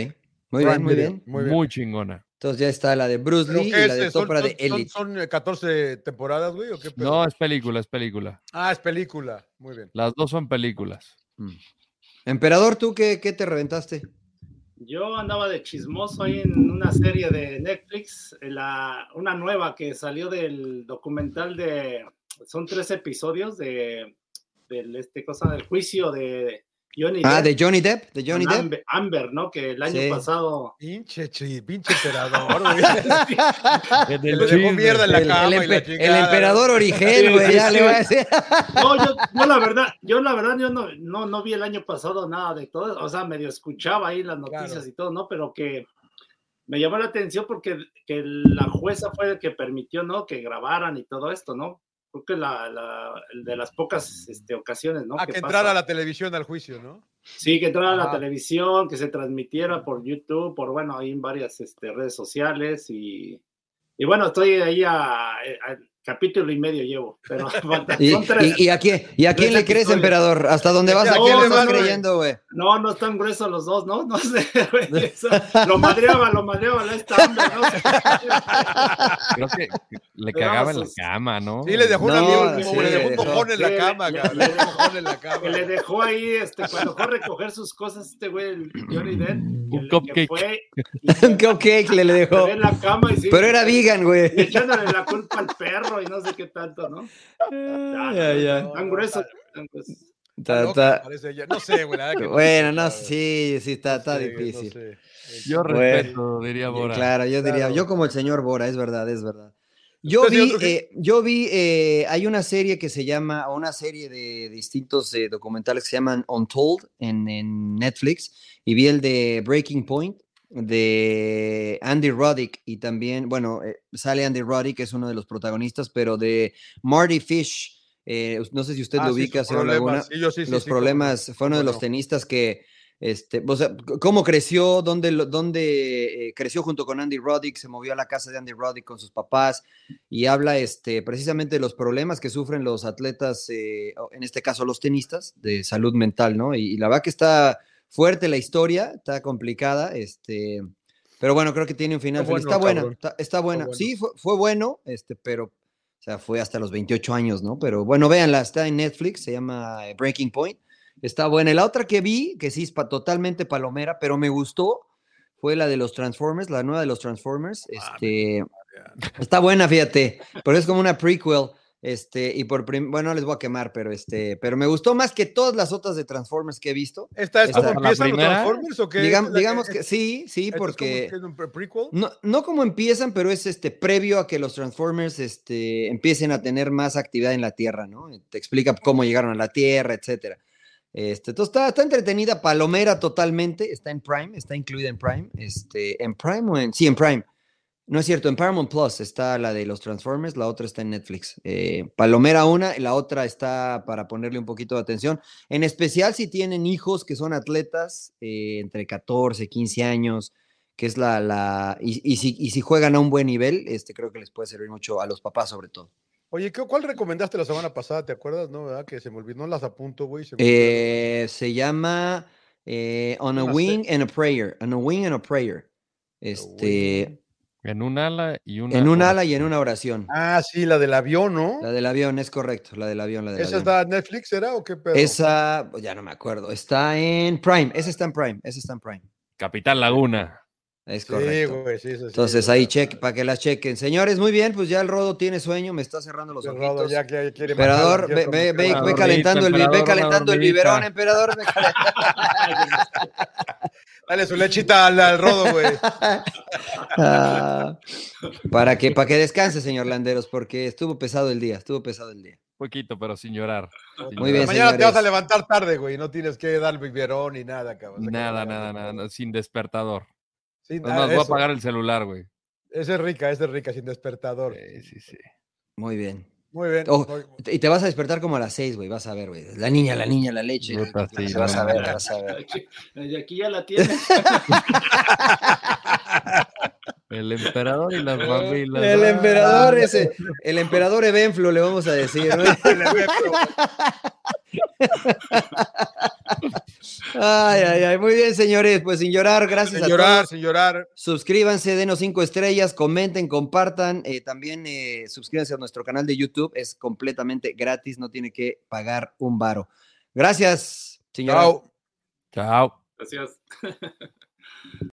Muy Prime bien, muy Video, bien. Muy, Muy bien. chingona. Entonces ya está la de Bruce ¿Pero Lee y qué la es? de ¿Son- Tropa de son- son- Elite. ¿Son eh, 14 temporadas, güey? ¿O qué pedo? No, es película, es película. Ah, es película. Muy bien. Las dos son películas. Mm. Emperador, ¿tú qué, qué te reventaste? Yo andaba de chismoso ahí en una serie de Netflix, eh, la, una nueva que salió del documental de, son tres episodios de, del este cosa del juicio de Johnny Ah, Depp de Johnny Depp, de Johnny con Depp. Amber, Amber, ¿no? Que el año Sí. pasado Pinche chi, pinche emperador, güey. El Que le dejó mierda en la El, cama el y la empe- el chingada. emperador Origel, Sí, güey, sí, ya le sí. va a decir. No, yo, yo la verdad, yo la verdad, yo no, no, no vi el año pasado nada de todo, o sea, medio escuchaba ahí las noticias Claro. y todo, ¿no? Pero que me llamó la atención porque que la jueza fue el que permitió, ¿no? Que grabaran y todo esto, ¿no? Creo que la, la- de las pocas este, ocasiones, ¿no? A Ah, que pasa. entrara a la televisión al juicio, ¿no? Sí, que entrara a la Ajá. televisión, que se transmitiera por YouTube, por, bueno, ahí en varias este, redes sociales y, y bueno, estoy ahí a, a capítulo y medio llevo, pero falta- ¿Y, son tres. y- y a quién, y a quién le episodios. crees, emperador? ¿Hasta dónde vas? ¿A ¿A quién quién le le estás vas, güey? creyendo, güey? No, no están gruesos los dos, ¿no? No sé, güey, eso, lo madreaba, lo madreaba la esta hambre, ¿no? Creo que le Pero cagaba en la vamos, cama, ¿no? Sí, le dejó una No, mierda, como sí, le dejó le un dejó. mojón en la Sí, cama, le- le cabrón. Le dejó un mojón en la cama. Que le dejó ahí, este, cuando fue a recoger sus cosas, este güey, el Johnny Depp, que, Un le- cupcake. que fue Un cupcake le, le dejó. en la cama y sí, Pero era vegan, güey. y echándole la culpa al perro y no sé qué tanto, ¿no? Ya, ya, ya. Tan gruesos, tan gruesos. Está Ta- loca, ta- parece ella. No sé, güey. la verdad que Bueno, no, sé, sí, sí, está, está güey, no difícil. sé. Yo Bueno. respeto, diría Bora. Claro, yo diría, Claro. yo como el señor Bora, es verdad, es verdad. Yo Usted, vi, señor Trujillo. eh, yo vi, eh, hay una serie que se llama, o una serie de distintos eh, documentales que se llaman Untold en, en Netflix, y vi el de Breaking Point de Andy Roddick, y también, bueno, eh, sale Andy Roddick, que es uno de los protagonistas, pero de Marty Fish, eh, no sé si usted Ah, lo sí, ubica, sus señor Laguna problemas. Sí, yo sí, sí, los sí, cómo no. problemas, fue uno de cómo los no. tenistas que, este, o sea, c- cómo creció, dónde, lo- dónde eh, creció junto con Andy Roddick, se movió a la casa de Andy Roddick con sus papás y habla este, precisamente de los problemas que sufren los atletas, eh, o en este caso los tenistas, de salud mental, ¿no? Y, y la verdad que está fuerte la historia, está complicada, este, pero bueno, creo que tiene un final Está feliz. bueno, está, buena, cabrón. está, está buena, bueno. sí, fue, fue bueno, este, pero... O sea, fue hasta los 28 años, ¿no? Pero bueno, véanla, está en Netflix, se llama eh, Breaking Point. Está buena. La otra que vi, que sí es pa- totalmente palomera, pero me gustó, fue la de los Transformers, la nueva de los Transformers. Ah, Este, está buena, fíjate, pero es como una prequel. Este, y por prim- bueno, no les voy a quemar, pero este, pero me gustó más que todas las otras de Transformers que he visto. ¿Esta es Esta- como ¿La empiezan los primera? Transformers o qué? Digam- ¿Esta es la digamos que, ¿esta sí, sí, es como porque que es un pre- prequel? no, no como empiezan, pero es este previo a que los Transformers este, empiecen a tener más actividad en la Tierra, ¿no? Te explica cómo llegaron a la Tierra, etcétera. Este, entonces está, está entretenida, Palomera totalmente, está en Prime, está incluida en Prime, este, en Prime o en, sí, en Prime. No es cierto, en Paramount Plus está la de los Transformers, la otra está en Netflix. Eh, Palomera una, la otra está para ponerle un poquito de atención. En especial si tienen hijos que son atletas eh, entre 14, 15 años, que es la... la y, y, si, y si juegan a un buen nivel, este, creo que les puede servir mucho a los papás sobre todo. Oye, ¿qué- ¿cuál recomendaste la semana pasada? ¿Te acuerdas? No, ¿verdad? Que se me olvidó. No las apunto, güey. se me olvidaron. Eh, se llama eh, On a Una Wing serie. and a Prayer. On a Wing and a Prayer. Este, En un ala y una. en un hora. ala y en una oración. Ah, sí, la del avión, ¿no? La del avión, es correcto. La del avión, la del ¿Esa avión. está en Netflix, era o qué pedo? Esa, pues, ya no me acuerdo. Está en Prime. Esa está en Prime. Esa está en Prime. Capital Laguna. Es Sí, correcto. güey, sí, esa sí, Entonces esa ahí está. cheque, para que las chequen. Señores, muy bien, pues ya el Rodo tiene sueño, me está cerrando los Cerrado, pues, ojitos. ya, ya quiere Emperador, matarlo, ve, ya ve- como que ve- ve dormita, calentando, el, bi- ve emperador, una calentando el dormita. biberón, emperador. ve cal- Dale su lechita al, al rodo, güey. Ah, para, que, para que descanse, señor Landeros, porque estuvo pesado el día, estuvo pesado el día. Poquito, pero sin llorar. sin Muy llorar. bien, Mañana te señores. vas a levantar tarde, güey. No tienes que dar biberón ni nada, cabrón. O sea, que Nada, no nada, hagas, nada, cabrón. no, sin despertador. Sí, No ah, voy a eso. apagar el celular, güey. Esa es rica, esa es rica, sin despertador. Sí, sí, sí. Muy bien. Muy bien. Oh, muy- Y te vas a despertar como a las seis, güey, vas a ver, güey. La niña, la niña, la leche. Puta, sí, Se vas no, a ver, no. vas a ver. Aquí, y aquí ya la tienes. El emperador y las mamilas. El Ah, emperador ese, el emperador Evenflu, le vamos a decir. ¿no? el efecto. Ay, ay, ay. Muy bien, señores, pues sin llorar, gracias sin a llorar, todos. sin llorar. Suscríbanse, denos cinco estrellas, comenten, compartan. eh, también eh, suscríbanse a nuestro canal de YouTube. Es completamente gratis, no tiene que pagar un varo. Gracias, señor. Chao. Chao. Gracias.